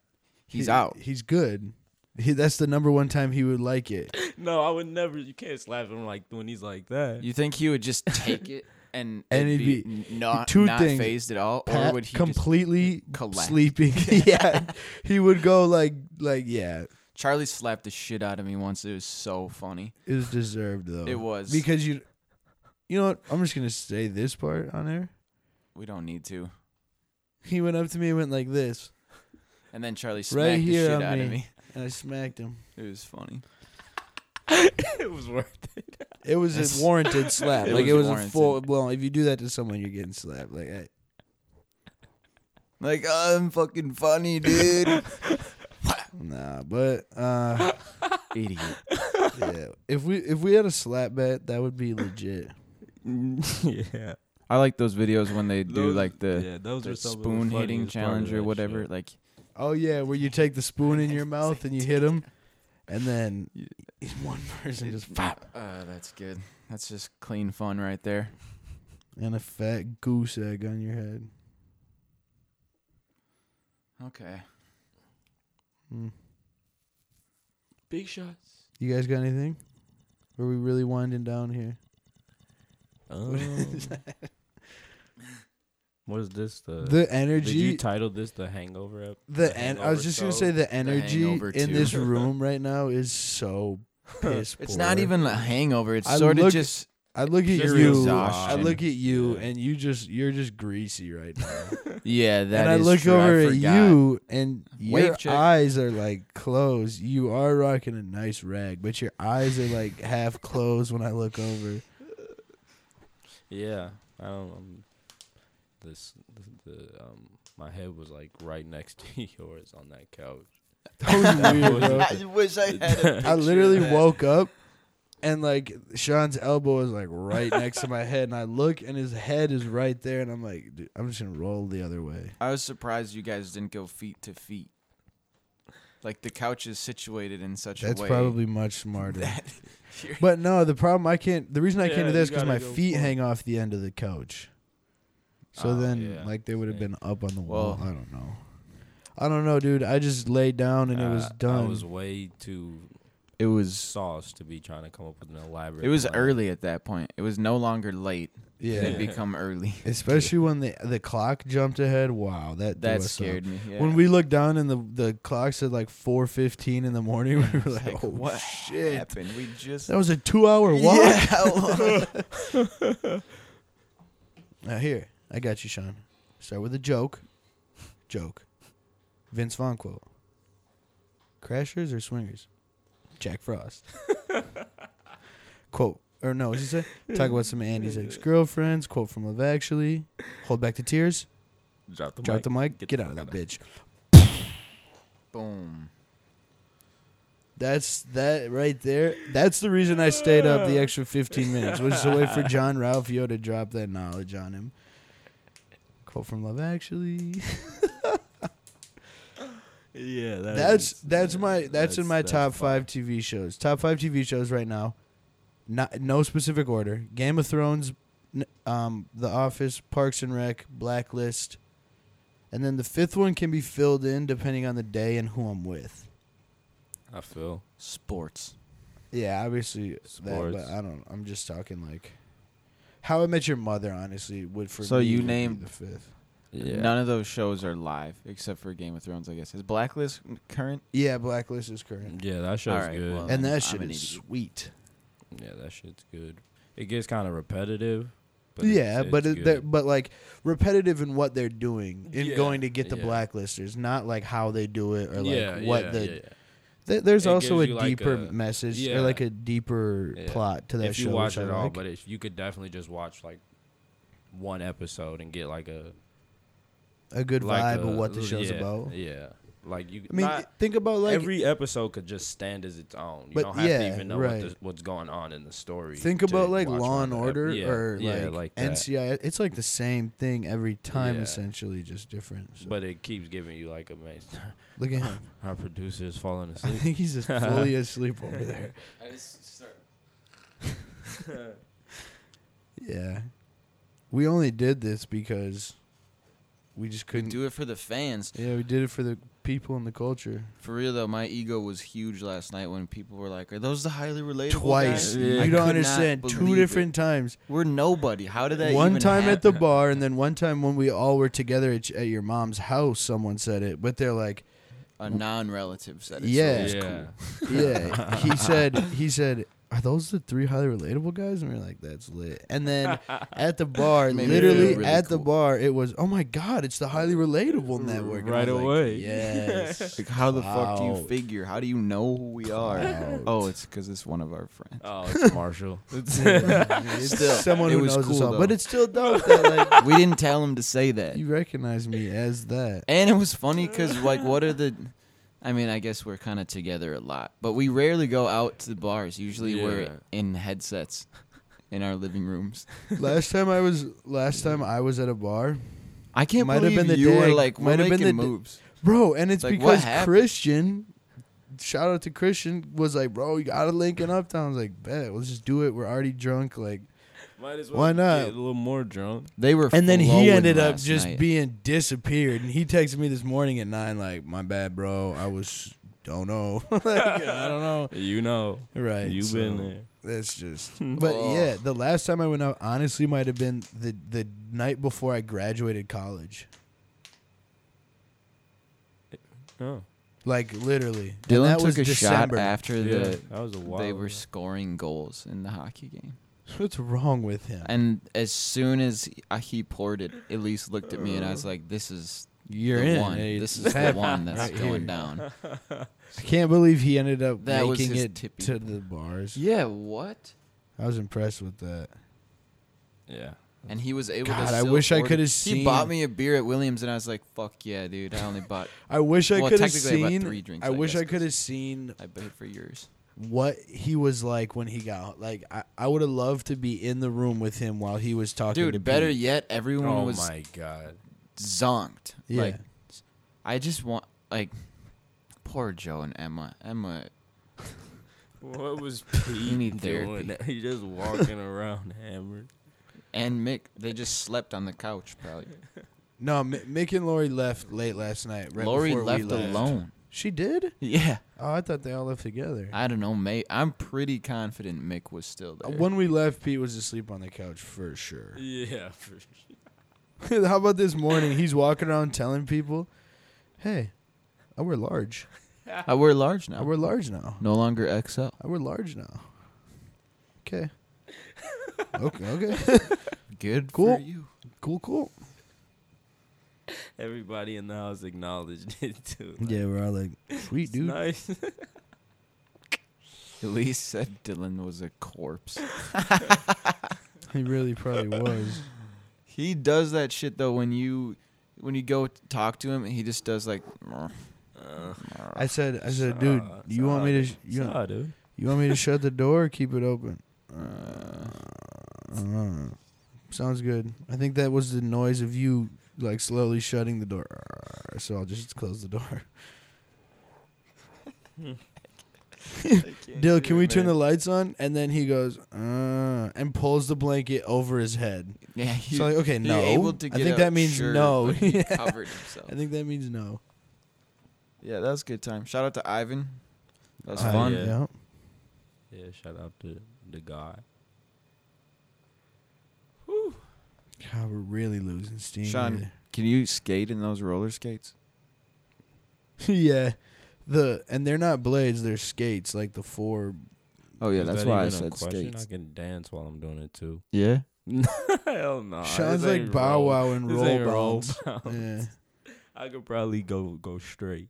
S1: He's
S2: He-
S1: out.
S2: He's good. He, that's the number one time he would like it.
S3: No, I would never. You can't slap him like when he's like that.
S1: You think he would
S2: <laughs>
S1: just take it and
S2: And
S1: it'd
S2: he'd
S1: be, not
S2: two
S1: not
S2: things.
S1: phased at all, or
S2: Pat
S1: would he just
S2: completely
S1: collapse?
S2: sleeping. <laughs> yeah, he would go like like yeah.
S1: Charlie slapped the shit out of me once. It was so funny.
S2: It was deserved though.
S1: It was
S2: Oh. because you, you know what? I'm just gonna say this part on air.
S1: we don't need to.
S2: He went up to me and went like this,
S1: And then Charlie smacked
S2: Right here
S1: the shit
S2: on
S1: out of
S2: me.
S1: me.
S2: and I smacked him.
S1: It was funny.
S3: <laughs> it was worth.
S2: It was
S1: That's- <laughs>
S2: a warranted slap.
S1: It
S2: like
S1: was
S2: it was a
S1: warranted.
S2: full blown. If you do that to someone, you're getting slapped. Like I,
S1: Like I'm fucking funny, dude.
S2: nah, but
S1: <laughs>
S2: uh,
S1: Idiot.
S2: yeah. If we if we had a slap bet, that would be legit.
S3: it. yeah.
S1: I like those videos when they do
S3: Those-
S1: like the,
S3: yeah, those
S1: the
S3: are some of the
S1: spoon hitting
S3: funniest part of
S1: challenge
S3: that
S1: or whatever. <laughs>
S2: <laughs>
S3: shit.
S1: Like
S2: Oh yeah, where you take the spoon in your mouth and you hit him, and then one person just pop,
S1: uh, that's good. That's just clean fun right there.
S2: and a fat goose egg on your head.
S1: Okay.
S2: Hmm.
S3: Big shots.
S2: You guys got anything? Or Are we really winding down here?
S1: <laughs>
S3: Um, what is this? The,
S2: The
S3: did you
S2: energy,
S3: title this the Hangover? Ep-
S2: the en- I was
S3: Hangover
S2: just gonna
S3: show?
S2: say the energy
S1: Hangover
S2: in
S1: two. <laughs>
S2: this room right now is so piss
S1: It's
S2: poor.
S1: not even a hangover. It's
S2: I
S1: sort of
S2: look-
S1: just
S2: I look at
S3: Just
S2: you. I
S1: exhaustion.
S2: <laughs> look at you,
S3: Yeah.
S2: and you just you're just greasy right now.
S1: yeah. That
S2: <laughs> and I
S1: is
S2: look
S1: true.
S2: over at
S1: forgot.
S2: you, and your
S1: Wave check.
S2: eyes are like closed. You are rocking a nice rag, but your eyes are like half closed when I look over.
S3: Yeah, I don't. Um, this the, the um my head was like right next to <laughs> yours on that couch.
S2: That was weird,
S3: was
S2: bro.
S3: I
S1: wish I had.
S2: I literally woke up and like Sean's elbow is like right next to my head and I look and his head is right there and I'm like Dude, I'm just gonna roll the other way.
S1: I was surprised you guys didn't go feet to feet. Like the couch is situated in such
S2: That's
S1: a way.
S2: probably much smarter.
S1: that you're-
S2: But no, the problem I can't the reason I can't
S3: Yeah,
S2: do this
S3: you
S2: because my
S3: gotta go
S2: feet
S3: forward.
S2: hang off the end of the couch. So
S3: Oh,
S2: then
S3: yeah.
S2: like they would have been up on the wall.
S1: Well-
S2: I don't know. I don't know, dude. I just laid down and it was
S3: Uh, I-
S2: done.
S3: I was way too
S1: it was
S3: sauce to be trying to come up with an elaborate.
S1: it was
S3: plan.
S1: early at that point. It was no longer late. It
S2: yeah.
S1: had become
S2: <laughs>
S1: early.
S2: Especially when the the clock jumped ahead. Wow, that threw
S1: That
S2: us off.
S1: scared me. yeah.
S2: uh, When we looked down and the the clock said like four fifteen in the morning, <laughs> we were
S1: It's
S2: like,
S1: like,
S2: "Oh
S1: what
S2: shit,
S1: happened? We just
S2: that was a two hour walk."
S3: <laughs>
S1: Yeah.
S2: <laughs> Now here, I got you, Sean. Start with a joke. Joke. Vince Vaughn quote. Crashers or swingers? Jack Frost.
S3: <laughs>
S2: quote or no? What he
S3: <laughs>
S2: say? Talk about some of Andy's ex girlfriends. Quote from Love Actually. Hold back the tears.
S3: Drop the
S2: Drop
S3: mic.
S2: the mic. Get,
S3: the
S2: out of
S3: fuck
S2: that bitch.
S1: Boom.
S2: That's that right there. That's the reason I stayed up the extra 15 minutes, was to
S3: <laughs>
S2: wait for John Ralphio to drop that knowledge on him. Quote from Love Actually.
S3: Yeah, that
S2: That's
S3: is-
S2: that's my that's, in my top
S3: fire.
S2: five TV shows. Top five TV shows right now. Not no specific order. Game of Thrones, n- um, The Office, Parks and Rec, Blacklist, and then the fifth one can be filled in depending on the day and who I'm with.
S3: I feel
S1: Sports.
S2: Yeah, obviously that,
S3: Sports.
S2: but I don't. I'm just talking like How I Met Your Mother. Honestly, would for
S1: So
S2: me,
S1: you
S2: would be
S1: named-
S2: the fifth.
S3: yeah.
S1: None of those shows are live except for Game of Thrones, I guess. Is Blacklist current?
S2: Yeah, Blacklist is current,
S3: yeah, that shit's
S1: Alright,
S3: good.
S1: well-
S2: and
S1: I'm-
S2: that
S1: I'm
S2: shit
S1: an
S2: is
S1: idiot.
S2: sweet.
S3: yeah, that shit's good. It gets kind of repetitive.
S2: yeah,
S3: it's-
S2: but
S3: it's
S2: it, they're-
S3: good.
S2: but like repetitive in what they're doing in
S3: Yeah,
S2: going to get the
S3: yeah.
S2: blacklisters, not like how they do it or like
S3: yeah,
S2: what
S3: yeah,
S2: the.
S3: yeah, yeah.
S2: Th- there's
S3: It
S2: also
S3: gives
S2: a
S3: you, like,
S2: deeper
S3: a-
S2: message
S3: yeah.
S2: or like a deeper
S3: Yeah.
S2: plot to that
S3: if
S2: show.
S3: you
S2: which
S3: watch
S2: I
S3: it all,
S2: like.
S3: but if you could definitely just watch like one episode and get like a
S2: a good
S3: like
S2: vibe
S3: a-
S2: of what the show's
S3: yeah,
S2: about.
S3: Yeah, like you.
S2: I mean,
S3: not-
S2: think about like
S3: every episode could just stand as its own. You
S2: But
S3: don't have
S2: yeah,
S3: to even know
S2: right.
S3: what the, what's going on in the story.
S2: think
S3: to
S2: about like
S3: watch
S2: Law and
S3: one of the ep-
S2: Order
S3: yeah,
S2: or
S3: yeah,
S2: like,
S3: that.
S2: NCIS. It's like the same thing every time,
S3: Yeah.
S2: essentially, just different. So.
S3: But it keeps giving you like a maze.
S2: <laughs> look at him.
S3: <laughs> Our producer is falling
S2: I <laughs>
S3: asleep.
S2: think he's just
S3: <laughs>
S2: fully asleep over there.
S1: I just start.
S2: <laughs> Yeah. We only did this because we just couldn't
S1: Do it for the fans.
S2: Yeah, we did it for the people and the culture.
S1: For real though, my ego was huge last night when people were like, "Are those the highly relatable?" guys?"
S2: Twice.
S3: Yeah.
S1: I
S2: You
S1: could
S2: don't
S1: not
S2: understand.
S1: believe
S2: Two
S1: it.
S2: different times.
S1: We're nobody. How did that?
S2: One
S1: even
S2: time at the
S1: happen?
S2: bar, and then one time when we all were together at, at your mom's house, someone said it. But they're like,
S1: A non-relative said it.
S2: Yeah.
S1: so it was
S3: yeah.
S2: yeah. he said, he said, are those the three highly relatable guys? And we are like, that's lit. And then at the bar,
S1: Made me
S2: literally
S1: feel really
S2: at the
S1: cool.
S2: bar, it was, oh my God, it's the highly relatable network. And I
S3: Right
S2: was like,
S1: <laughs>
S3: away.
S2: yes.
S1: Like, how the fuck do
S2: Clout.
S1: you figure? How do you know who we are?
S2: Clout.
S1: Oh, it's because it's one of our friends. <laughs>
S2: <laughs>
S3: Oh, it's Marshall.
S2: <laughs> it's
S1: Still,
S2: someone
S1: it
S2: who
S1: was
S2: knows us
S1: cool,
S2: all.
S1: though.
S2: But it's still dope that
S1: <laughs>
S2: like
S1: we didn't tell him to say that.
S2: you recognize me as that.
S1: And it was funny because, like, what are the. I mean, I guess we're kind of together a lot, but we rarely go out to the bars. Usually
S3: Yeah.
S1: we're in headsets in our living rooms.
S2: Last time I was last time I was at a bar,
S1: I can't
S2: Might have
S1: believe
S2: been the
S1: you were
S2: day-
S1: like, we're
S2: might have
S1: making
S2: been the d-
S1: moves.
S2: bro, and it's
S1: Like, what
S2: because
S1: happened?
S2: Christian. Shout out to Christian was like, bro, you gotta link it up. I was like, bet, let's just do it. We're already drunk, like,
S3: Might as
S2: well Why not?
S3: Get
S2: get
S3: a little more drunk.
S1: they were
S2: and then he
S1: flowing
S2: ended up
S1: last
S2: just
S1: night.
S2: being disappeared. And he texted me this morning at nine, like, my bad, bro. I was, don't know, <laughs> Like, I don't know,
S3: You know,
S2: right?
S3: you've
S2: so-
S3: been there.
S2: That's just.
S1: <laughs>
S2: But
S1: Oh.
S2: yeah, the last time I went out, honestly, might have been the the night before I graduated college.
S3: Oh,
S2: Like literally, And
S1: Dylan
S2: that
S1: took
S2: was
S1: a
S2: December.
S1: shot after
S3: yeah.
S1: the.
S3: that was a while.
S1: They were
S3: ago.
S1: scoring goals in the hockey game.
S2: What's wrong with him?
S1: And as soon as uh, he poured it, Elise looked at me and I was like, this is.
S2: You're
S1: the
S2: in.
S1: one.
S2: Hey,
S1: This
S2: it's
S1: is the
S2: happening <laughs>
S1: one that's
S2: right
S1: going
S2: here. <laughs>
S1: down.
S2: I can't believe he ended up
S1: That was
S2: making
S1: his
S2: it
S1: tippy
S2: to the bars.
S1: Yeah, what?
S2: I was impressed with that.
S3: Yeah.
S1: And he was able
S2: God,
S1: to.
S2: I
S1: still
S2: wish I
S1: order-
S2: coulda
S1: He
S2: seen-
S1: bought me a beer at Williams, and I was like, "Fuck yeah, dude! I only bought.
S2: I wish I
S1: Well,
S2: could have
S1: technically I bought
S2: seen.
S1: three drinks,
S2: I
S1: I
S2: wish
S1: guess,
S2: I could have seen
S1: I paid for
S2: <laughs>
S1: yours."
S2: what he was like when he got like. I, I would have loved to be in the room with him while he was talking. to
S1: Dude, better
S2: Pete.
S1: yet, everyone
S3: Oh
S1: was
S3: my god.
S1: zonked.
S2: Yeah.
S1: Like, I just want like, poor Joe and Emma. Emma,
S3: What
S2: <laughs>
S3: was
S1: You
S3: Pete
S1: need
S3: doing? <laughs>
S1: therapy.
S3: He just walking around hammered.
S1: and Mick, they just slept on the couch. Probably.
S2: No, Mi- Mick and Lori left late last night. Right
S1: Lori
S2: before
S1: left,
S2: we left <laughs>
S1: alone.
S2: She did.
S1: Yeah,
S2: Oh, I thought they all left together.
S1: I don't know, mate. I'm pretty confident Mick was still there.
S2: Uh, when we left, Pete was asleep on the couch for sure. <laughs>
S3: Yeah, for
S2: How about this morning? He's walking around telling people, "Hey, I wear large.
S1: I wear Uh, large
S2: I
S1: now.
S2: wear large now.
S1: no longer XL.
S2: I wear large now."
S1: <laughs>
S2: Okay. okay. Okay.
S1: Good
S2: Cool.
S1: for you.
S2: cool. Cool.
S3: Everybody in the house acknowledged it too. Like,
S2: Yeah, we're all like, "Sweet
S3: it's
S2: dude."
S3: Nice.
S1: Elise said Dylan was a corpse.
S2: He really probably was.
S1: He does that shit though when you when you go t- talk to him, he just does like.
S2: I said, I said, dude,
S3: Saw-
S2: you want me to,
S3: saw,
S2: sh- you, want,
S3: saw, Ah, dude.
S2: you want me to shut the door
S1: <laughs>
S2: or keep it open? Uh, sounds good. I think that was the noise of you like slowly shutting the door. So I'll just close the door. Dill, can we turn the lights on? And then he goes, uh, and pulls the blanket over his head.
S1: Yeah, he,
S2: so like, okay,
S1: he
S2: no.
S1: able to
S2: I
S1: get
S2: think
S1: out,
S2: that means
S1: sure,
S2: no.
S1: but
S2: <laughs>
S1: he
S2: Yeah.
S1: covered himself.
S2: I think that means no.
S1: Yeah, that was a good time. Shout out to Ivan. That was
S3: Uh,
S1: fun.
S3: yeah.
S2: Oh, Yeah.
S3: Yeah, shout out to the guy.
S2: God, we're really losing steam.
S1: Sean,
S2: here.
S1: Can you skate in those roller skates?
S2: <laughs> yeah. The and they're not blades, they're skates, like the four
S1: Oh yeah,
S3: Is
S1: that's
S3: that
S1: why I
S3: even a
S1: said
S3: question?
S1: skates.
S3: I can dance while I'm doing
S2: <laughs>
S3: it too.
S1: Yeah.
S3: Hell no.
S2: Sean's like Bow Wow and
S3: This
S2: Roll
S3: ain't roll
S2: Bounce.
S3: <laughs>
S2: Yeah. <laughs>
S3: I could probably go go straight.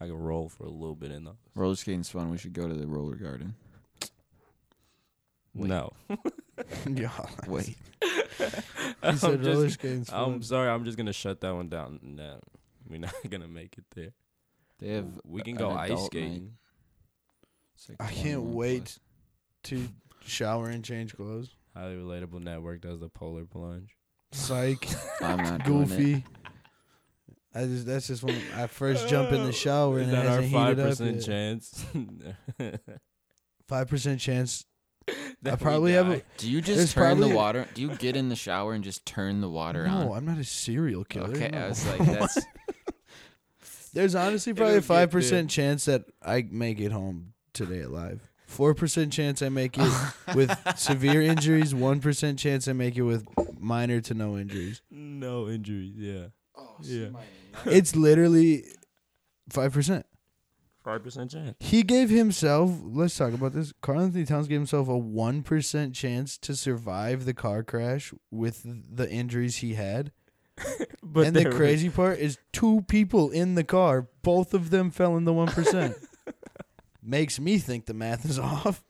S3: I could roll for a little bit in the
S1: Roller skating's fun. We should go to the roller garden. Wait.
S3: no.
S2: yeah.
S1: Wait.
S2: <laughs> He said
S3: <laughs> I'm,
S2: roller
S3: just,
S2: skates.
S3: I'm
S2: fun.
S3: sorry. I'm just gonna shut that one down. No, we're not <laughs> gonna make it there.
S1: They have
S3: we can
S1: an
S3: go ice
S1: adult night.
S3: skating.
S1: It's like
S2: I can't
S1: 21
S2: wait
S1: plus.
S2: to shower and change clothes.
S3: Highly relatable network does the polar plunge. <laughs>
S2: Psych.
S1: I'm not doing it.
S2: goofy. I just that's just when I first jump in the shower
S3: Uh, Is
S2: and
S3: that
S2: it
S3: our
S2: hasn't
S3: five
S2: heated
S3: percent
S2: up.
S3: chance? <laughs>
S2: Five percent chance.
S3: that we
S2: probably have
S3: die?
S2: a-
S1: Do you just
S2: There's
S1: turn
S2: probably-
S1: the water? Do you get in the shower and just turn the water
S2: No,
S1: on?
S2: I'm not a serial killer.
S1: okay, I
S2: no.
S1: was like,
S2: <laughs>
S1: that's
S2: There's honestly probably a
S3: It'll
S2: five
S3: get
S2: percent chance that I make it home today alive. Four percent chance I make it with severe injuries. One percent chance I make it with minor to no injuries.
S3: no injuries. Yeah, yeah,
S2: It's literally five percent.
S3: five percent chance.
S2: He gave himself. Let's talk about this. Carl Anthony Towns gave himself a one percent chance to survive the car crash with the injuries he had.
S3: <laughs> But
S2: and the
S3: there was-
S2: crazy part is two people in the car, both of them fell in the
S3: <laughs>
S2: 1%. Makes me think the math is <laughs> off.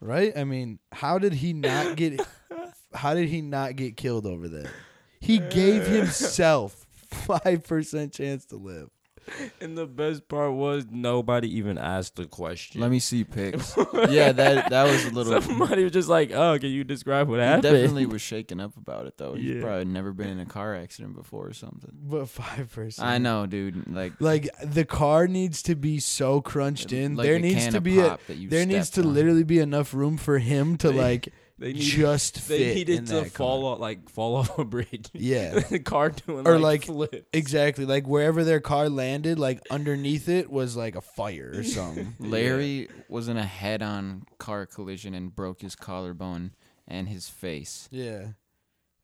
S2: Right? I mean, how did he not
S3: <laughs>
S2: get how did he not get killed over that? He
S3: <laughs>
S2: gave himself 5% chance to live.
S3: And the best part was nobody even asked the question.
S1: Let me see pics. yeah, that that was a little.
S3: <laughs> Somebody was just like, "Oh, can you describe what
S1: he
S3: <laughs> happened?"
S1: definitely was shaken up about it though. He's
S3: Yeah.
S1: probably never been in a car accident before or something.
S2: But 5%.
S1: I know, dude. Like,
S2: Like the car needs to be so crunched in.
S1: like
S2: there
S1: a
S2: needs
S1: can
S2: to
S1: of
S2: be a,
S1: pop that you
S2: there needs to
S1: stepped on.
S2: literally be enough room for him to
S1: <laughs>
S3: They-
S2: like
S3: <laughs> they need-
S2: just
S3: they
S2: fit
S3: needed
S2: in
S3: to
S2: that car.
S3: fall off, like fall off a bridge.
S1: <laughs>
S2: Yeah.
S3: <laughs> the car doing
S2: Or,
S3: like,
S2: like,
S3: flip.
S2: Exactly. Like wherever their car landed, like underneath it was like a fire or something.
S1: <laughs> Larry was in a head-on car collision and broke his collarbone and his face.
S2: yeah.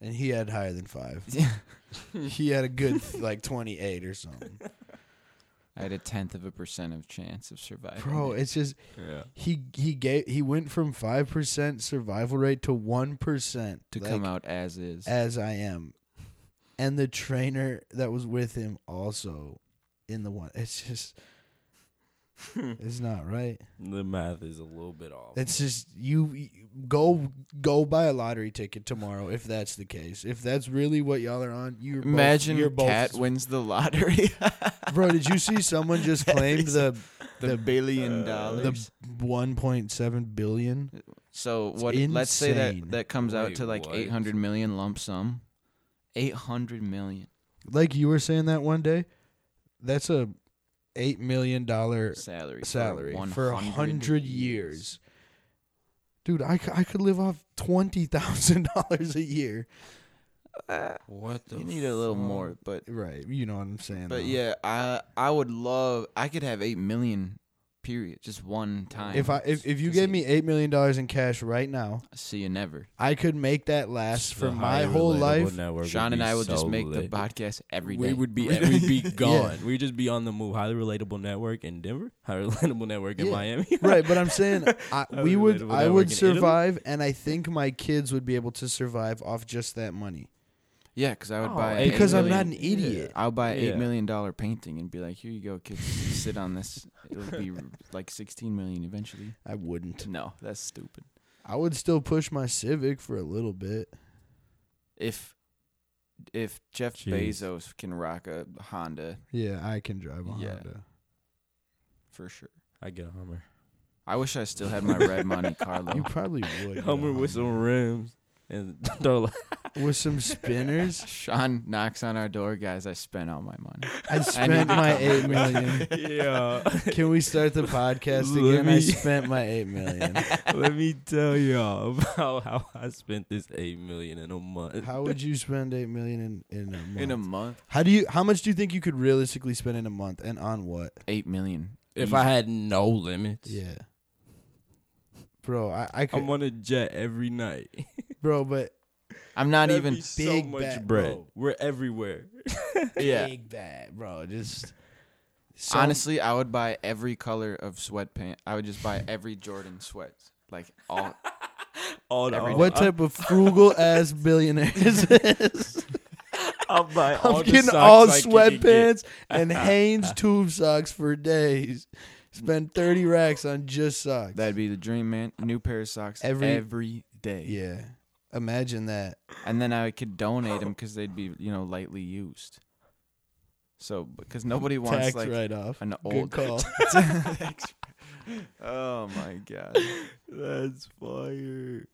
S2: And he had higher than five.
S1: <laughs> Yeah.
S2: He had a good like twenty eight or
S1: <laughs>
S2: something.
S1: I had a tenth of a percent of chance of surviving.
S2: Bro,
S1: it.
S2: it's just
S3: <laughs> Yeah.
S2: he he gave he went from five percent survival rate to one percent
S1: to come out as is.
S2: as I am. And the trainer that was with him also in the one it's just
S1: Hmm.
S2: it's not right.
S3: The math is a little bit off.
S2: It's just you you- go go buy a lottery ticket tomorrow if that's the case. If that's really what y'all are on, you're both-
S1: Imagine
S2: you're both,
S1: Cat wins the lottery. <laughs>
S2: Bro, did you see someone just claimed the
S1: the,
S2: The- Uh,
S1: billion
S2: the
S1: dollars.
S2: 1.7 billion?
S1: so
S2: It's
S1: what? Let's say
S2: insane.
S1: that that comes out
S3: Wait,
S1: to like
S3: what?
S1: eight hundred million lump sum. Eight hundred million
S2: Like you were saying that one day, that's a 8 million dollar
S1: salary.
S2: salary for
S1: 100
S2: a 100 years. Dude, I, c- I could live off <laughs> $20,000 a year.
S3: what the?
S1: You need a little more, but
S2: Right, you know what I'm saying.
S1: but
S2: though.
S1: yeah, I I would love. I could have eight million. Period. Just one time.
S2: If I if, if you
S1: Just
S2: gave me 8 million dollars in cash right now,
S1: see you never.
S2: I could make that last for
S3: The
S2: my
S3: highly
S2: whole
S3: relatable
S2: life.
S3: network would
S1: Sean and
S3: be
S1: I would just
S3: so
S1: make the
S3: lit.
S1: podcast every day.
S3: We <laughs> would be
S1: <laughs>
S2: Every
S3: we'd be
S2: day.
S3: gone. We'd just be on the move. Highly relatable network in Denver. Highly <laughs> relatable network in
S2: Yeah.
S3: Miami.
S2: <laughs> right, but I'm
S3: <laughs>
S2: saying I,
S3: Highly
S2: we would
S3: relatable
S2: I
S3: network
S2: would
S3: in Italy.
S2: survive and I think my kids would be able to survive off just that money.
S1: Yeah, because I would
S3: Oh,
S1: buy
S3: eight
S2: Because I'm not
S1: million-
S2: an idiot.
S1: I'll buy an eight
S3: Yeah.
S1: million dollar painting and be like, "Here you go, kids. Sit on this. It'll be like sixteen million eventually."
S2: I
S1: <laughs>
S2: wouldn't.
S1: No, that's stupid.
S2: I would still push my Civic for a little bit.
S1: If if Jeff
S5: Jeez.
S1: Bezos can rock a Honda
S2: Yeah, I can drive on
S1: Yeah.
S2: Honda.
S1: for sure.
S3: I get a Hummer.
S1: I wish I still had my red money, Carlo.
S2: You probably would. get a
S3: <laughs> Hummer with some rims and <laughs> throw like
S2: with some spinners.
S1: Sean knocks on our door, guys. I spent all my money.
S2: I spent my eight
S1: <laughs>
S2: million.
S3: yeah.
S2: Can we start the
S3: <laughs>
S2: podcast
S3: Let
S2: again? I
S3: me-
S2: spent my
S3: <laughs>
S2: eight million.
S3: Let me tell y'all <laughs> about how I spent this eight million in a month.
S2: How would you spend eight million in in a month?
S1: In a month,
S2: how do you? How much do you think you could realistically spend in a month, and on what?
S1: eight million.
S3: if I had no limits,
S2: Yeah, bro, I, I could,
S3: I'm on a jet every
S2: <laughs>
S3: night.
S2: bro, but
S1: I'm not
S3: That'd
S1: even.
S3: be so
S2: big
S3: much
S2: back,
S3: bread.
S2: bro.
S3: We're
S2: <laughs>
S3: everywhere.
S1: Yeah.
S2: big bad, bro, just some-
S1: Honestly, I would buy every color of sweatpants. I would just buy every Jordan sweats. Like all.
S3: All the
S1: Every-
S2: What type of frugal ass billionaire
S3: <laughs>
S2: is this? <laughs>
S3: I'll buy all
S2: I'm
S3: the
S2: getting
S3: socks
S2: all
S3: I can get.
S2: sweatpants
S3: <laughs>
S2: and Hanes tube socks for days. Spend thirty racks on just socks.
S1: That'd be the dream, man. New pair of socks
S2: Every-
S1: every, every day.
S2: yeah. Imagine that.
S1: and then I could donate them because they'd be you know lightly used. So because nobody wants
S2: Tax
S1: like
S2: write off.
S1: an
S2: Good
S1: old. <laughs>
S2: call. <laughs>
S1: oh my god!
S3: That's fire.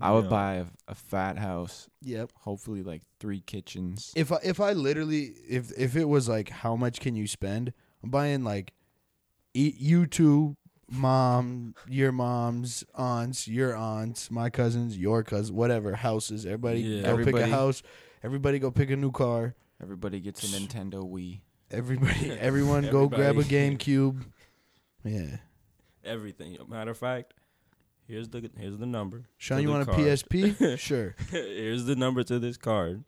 S1: I would
S3: Yeah.
S1: buy a, a fat house,
S2: yep.
S1: hopefully like three kitchens.
S2: If I if I literally if if it was like how much can you spend? I'm buying like eat you two mom, your mom's aunts, your aunts, my cousins, your cousins, whatever houses. Everybody
S3: Yeah.
S2: go pick
S1: Everybody.
S2: a house. Everybody go pick a new car.
S1: Everybody gets a Nintendo Wii.
S2: Everybody, everyone, go grab a
S3: Everybody.
S2: GameCube. Yeah,
S3: everything. Matter of fact, here's the here's the number.
S2: Sean,
S3: to
S2: you
S3: the
S2: want a
S3: card.
S2: PSP? sure.
S3: <laughs> here's the number to this card.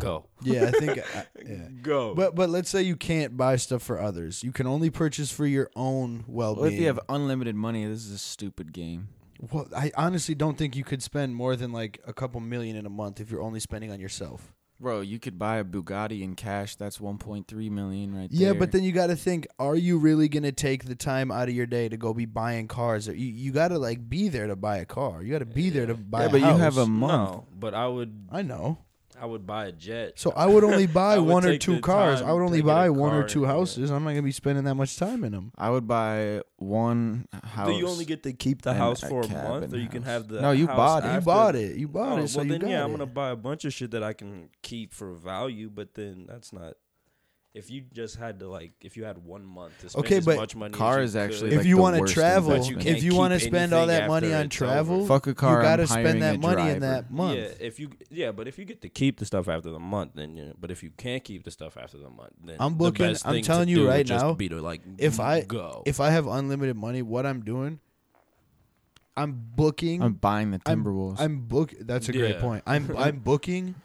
S3: Go.
S2: Yeah, I think. I, yeah.
S3: Go.
S2: But but let's say you can't buy stuff for others. You can only purchase for your own well-being.
S1: Well, if you have unlimited money, this is a stupid game.
S2: well, I honestly don't think you could spend more than like a couple million in a month if you're only spending on yourself.
S1: Bro, you could buy a Bugatti in cash. That's 1.3 million right
S2: Yeah,
S1: there.
S2: but then you got to think: Are you really gonna take the time out of your day to go be buying cars? Or you you gotta like be there to buy a car. You gotta be there to buy.
S1: yeah,
S2: a
S1: but you have a
S2: house.
S1: month.
S3: no, but I would
S2: I know.
S3: I would buy a jet.
S2: So I would <laughs> only buy
S3: I would
S2: one or
S3: take
S2: two
S3: the
S2: cars.
S3: time
S2: I would
S3: to
S2: only
S3: get a
S2: buy one or
S3: car,
S2: two
S3: yeah.
S2: houses. I'm not gonna be spending that much time in them.
S1: I would buy one house.
S3: Do you only get to keep the
S1: and
S3: house
S1: a
S3: for a
S1: cabin
S3: month, or you can
S1: house.
S3: have the
S1: No, you
S3: house
S1: bought it.
S2: You
S3: after-
S2: bought it. You bought
S3: Oh,
S2: it. So
S3: well,
S2: you
S3: then
S2: got
S3: yeah,
S2: it.
S3: I'm gonna buy a bunch of shit that I can keep for value, but then that's not. If you just had to like, if you had one month to spend
S2: Okay,
S3: as
S2: but
S3: much money,
S1: car
S3: as
S1: is actually,
S3: could,
S2: if
S1: like,
S2: you
S1: the
S2: want to
S1: worst
S2: travel,
S1: investment. But you
S2: if
S3: can't
S2: you want to
S3: keep
S2: spend all
S3: anything
S2: that money
S3: after
S2: on
S3: it's over.
S2: travel,
S1: Fuck a car.
S2: you
S1: got
S2: gotta
S1: to
S2: spend that money in that month.
S3: Yeah, if you yeah, but if you get to keep the stuff after the month, then you know, but if you can't keep the stuff after the month, then
S2: I'm
S3: the
S2: booking-
S3: best
S2: I'm
S3: thing to
S2: telling you
S3: do would
S2: right
S3: just
S2: now,
S3: be to like
S2: if I-
S3: go,
S2: If I have unlimited money, what I'm doing, I'm booking.
S1: I'm buying the
S2: I'm-
S1: Timberwolves.
S2: I'm book. That's a great
S3: Yeah.
S2: point. I'm
S3: <laughs>
S2: I'm booking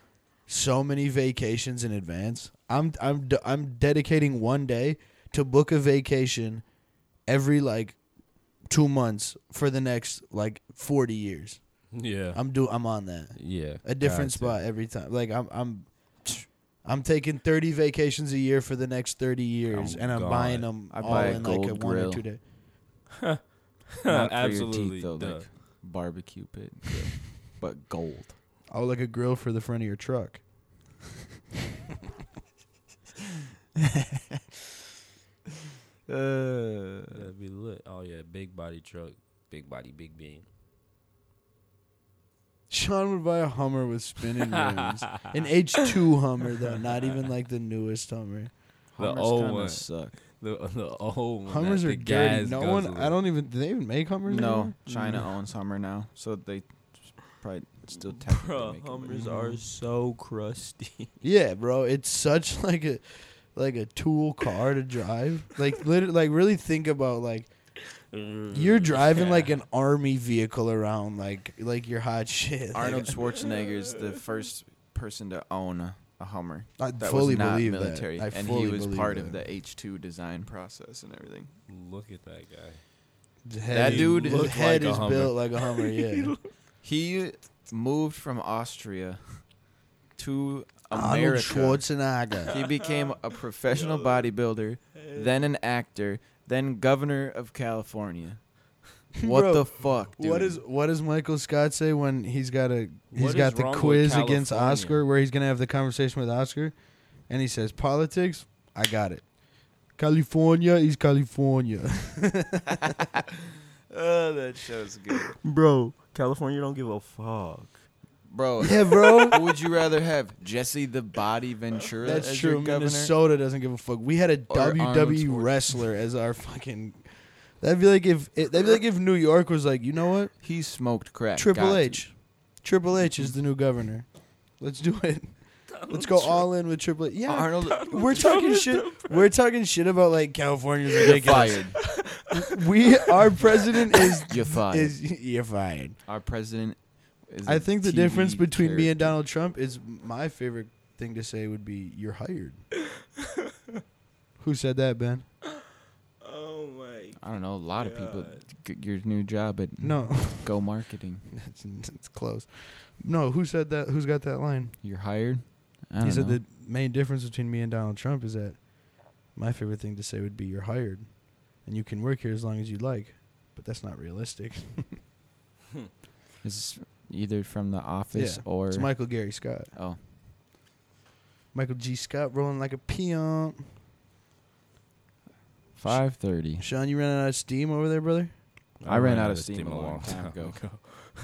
S2: so many vacations in advance. I'm I'm de- I'm dedicating one day to book a vacation every like two months for the next like forty years.
S3: yeah,
S2: I'm do I'm on that
S3: yeah,
S2: a different spot every time. Like I'm I'm I'm taking thirty vacations a year for the next thirty years,
S3: Oh,
S2: and I'm
S3: God.
S2: buying them
S1: I'd
S2: all
S1: buy a
S2: in like a
S1: gold
S2: one or
S1: grill.
S2: two day.
S1: Not <laughs> for your teeth,
S3: absolutely.
S1: though,
S3: duh.
S1: like barbecue <laughs> pit, grill, but gold.
S2: Oh, like a grill for the front of your truck. <laughs> Uh,
S3: That'd be lit. Oh yeah, big body truck, big body, big bean.
S2: Sean would buy a Hummer with spinning rims, an H two Hummer though, not even like the newest Hummer.
S3: The
S1: Hummers
S3: old
S1: kinda
S3: one.
S1: suck.
S3: The <laughs> the old one
S2: Hummers
S3: that
S2: are
S3: the
S2: dirty.
S3: gas
S2: No
S3: goes
S2: one.
S3: with. <laughs>
S2: I don't even. Do they even make Hummers?
S1: No,
S2: anymore?
S1: China
S2: Mm.
S1: owns Hummer now, so they probably still technically
S3: Bruh,
S1: make
S3: Hummers
S1: Hummers.
S3: are so crusty. <laughs>
S2: Yeah, bro. It's such <laughs> like a like a tool car to drive. Like literally, like really think about like You're
S1: Mm,
S2: driving like an army vehicle around, like like your hot <laughs>
S1: <laughs>
S2: shit.
S1: Arnold Schwarzenegger is the first person to own a, a Hummer.
S2: like, I
S1: That
S2: fully
S1: was not
S2: believe
S1: military,
S2: that. I
S1: and he
S2: fully
S1: was
S2: believe
S1: part
S2: that.
S1: of the H two design process and everything.
S3: <laughs> Look at that guy.
S2: The head
S1: That
S2: is-
S1: dude
S2: his
S1: looked
S2: head
S3: like a
S2: is
S3: Hummer.
S2: built like
S1: <laughs>
S2: a Hummer. Yeah,
S1: He moved from Austria to
S2: Arnold
S1: America.
S2: Schwarzenegger.
S1: He became a professional
S2: <laughs>
S1: bodybuilder, then an actor, then governor of California. What
S2: Bro,
S1: the fuck, <laughs> dude?
S2: What is what does Michael Scott say when he's got a he's
S3: What
S2: got
S3: is
S2: the
S3: wrong with
S2: quiz against
S3: California?
S2: Oscar where he's gonna have the conversation with Oscar, and he says politics. I got it. California is California, <laughs>
S5: Oh, that show's good. Bro, California don't give a fuck.
S1: bro?
S2: <laughs> yeah, bro.
S1: who would you rather have, Jesse the Body Ventura
S2: That's
S1: as
S2: true.
S1: your governor?
S2: Minnesota doesn't give a fuck. We had a
S1: Arnold
S2: WWE
S1: Schwarzenegger.
S2: wrestler as our fucking. That'd be like if it, that'd be like if New York was like, you know what?
S1: he smoked crack.
S2: Triple
S1: got
S2: H, Triple H is the new governor. Let's do it. Let's go all in with Triple H.
S1: to.
S2: Yeah,
S1: Arnold <laughs>
S2: we're talking shit. We're talking shit about like California's
S1: You're
S2: ridiculous.
S1: fired.
S2: We our president is
S1: You're fired.
S2: is you're fired.
S1: <laughs> Our president. Is
S2: I
S1: a
S2: think the
S1: TV
S2: difference between me and
S1: character.
S2: Donald Trump is my favorite thing to say would be
S1: <laughs>
S2: you're hired. Who said that, Ben?
S5: Oh my.
S1: I don't know. A lot of people.
S5: God.
S1: G- your new job at
S2: No,
S1: <laughs> Go Marketing.
S2: it's, it's close. No, who said that? Who's got that line?
S1: You're hired. I
S2: He
S1: don't
S2: said
S1: know.
S2: the main difference between me and Donald Trump is that my favorite thing to say would be you're hired, and you can work here as long as you like. But that's not realistic.
S1: It's either from The Office
S2: Yeah,
S1: or
S2: It's Michael Gary Scott.
S1: oh,
S2: Michael G. Scott rolling like a peon.
S1: five thirty.
S2: Sean, you running out of steam over there, brother?
S1: I ran out of steam a long
S3: <laughs>
S1: time ago.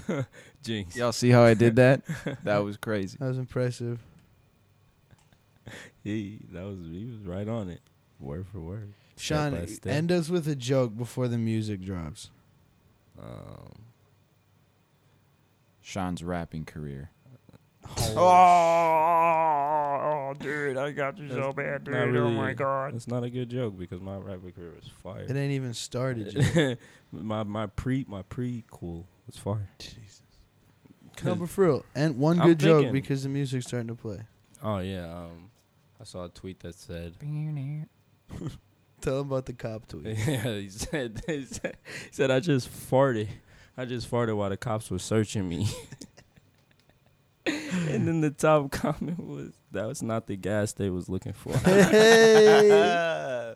S3: ago. <laughs> Jinx.
S1: Y'all see how I did <laughs> that? that was crazy.
S2: That was impressive.
S3: He that was he was right on it, word for word. Step by
S2: Sean,
S3: step.
S2: end us with a joke before the music drops.
S3: Um,
S1: Sean's rapping <laughs> career.
S3: <laughs>
S5: Oh, dude, I got you so
S3: That's
S5: bad, dude.
S3: not
S5: Oh
S3: really-
S5: my god.
S3: that's not a good joke because my rapper career was fire.
S2: It ain't even
S3: <laughs>
S2: started yet.
S3: my my pre my prequel was fire.
S2: no, but for real. And one
S3: I'm
S2: good joke
S3: thinking-
S2: because the music's starting to play.
S3: Oh yeah, um, I saw a tweet that said.
S2: Tell him about the cop tweet.
S3: <laughs> Yeah, he said, <laughs> he said, he said, I just farted. I just farted while the cops were searching me. <laughs> and then the top <laughs> comment was, that was not the gas they was
S1: <laughs>
S3: looking for.
S2: hey!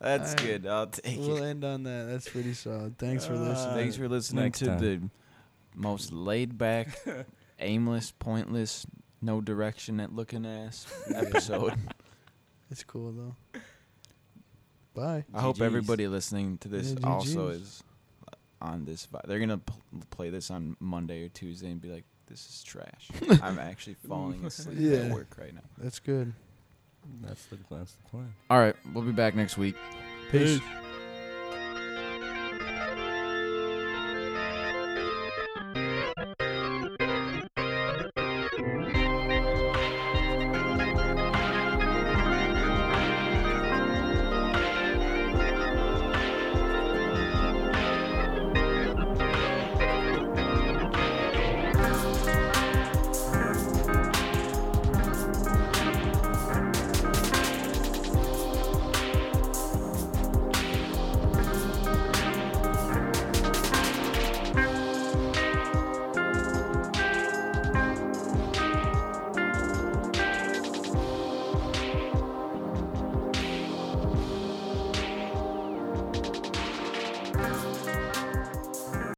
S1: That's
S2: Alright.
S1: good. I'll take
S2: We'll
S1: it.
S2: end on that. That's pretty solid. Thanks for
S5: Uh,
S2: listening.
S1: Thanks for listening
S3: Next
S1: to
S3: time.
S1: the most laid back, aimless, pointless, no direction at looking <laughs> ass episode.
S2: It's cool, though. Bye.
S1: I hope
S3: GGs.
S1: everybody listening to this
S2: Yeah,
S1: also
S2: GGs.
S1: is on this. vi- They're gonna pl- play this on Monday or Tuesday and be like, "This is trash." <laughs> I'm actually falling asleep
S2: Yeah.
S1: at work right now.
S2: That's good.
S3: that's, the, that's the plan.
S1: All right, we'll be back next week.
S2: Peace.
S3: Peace.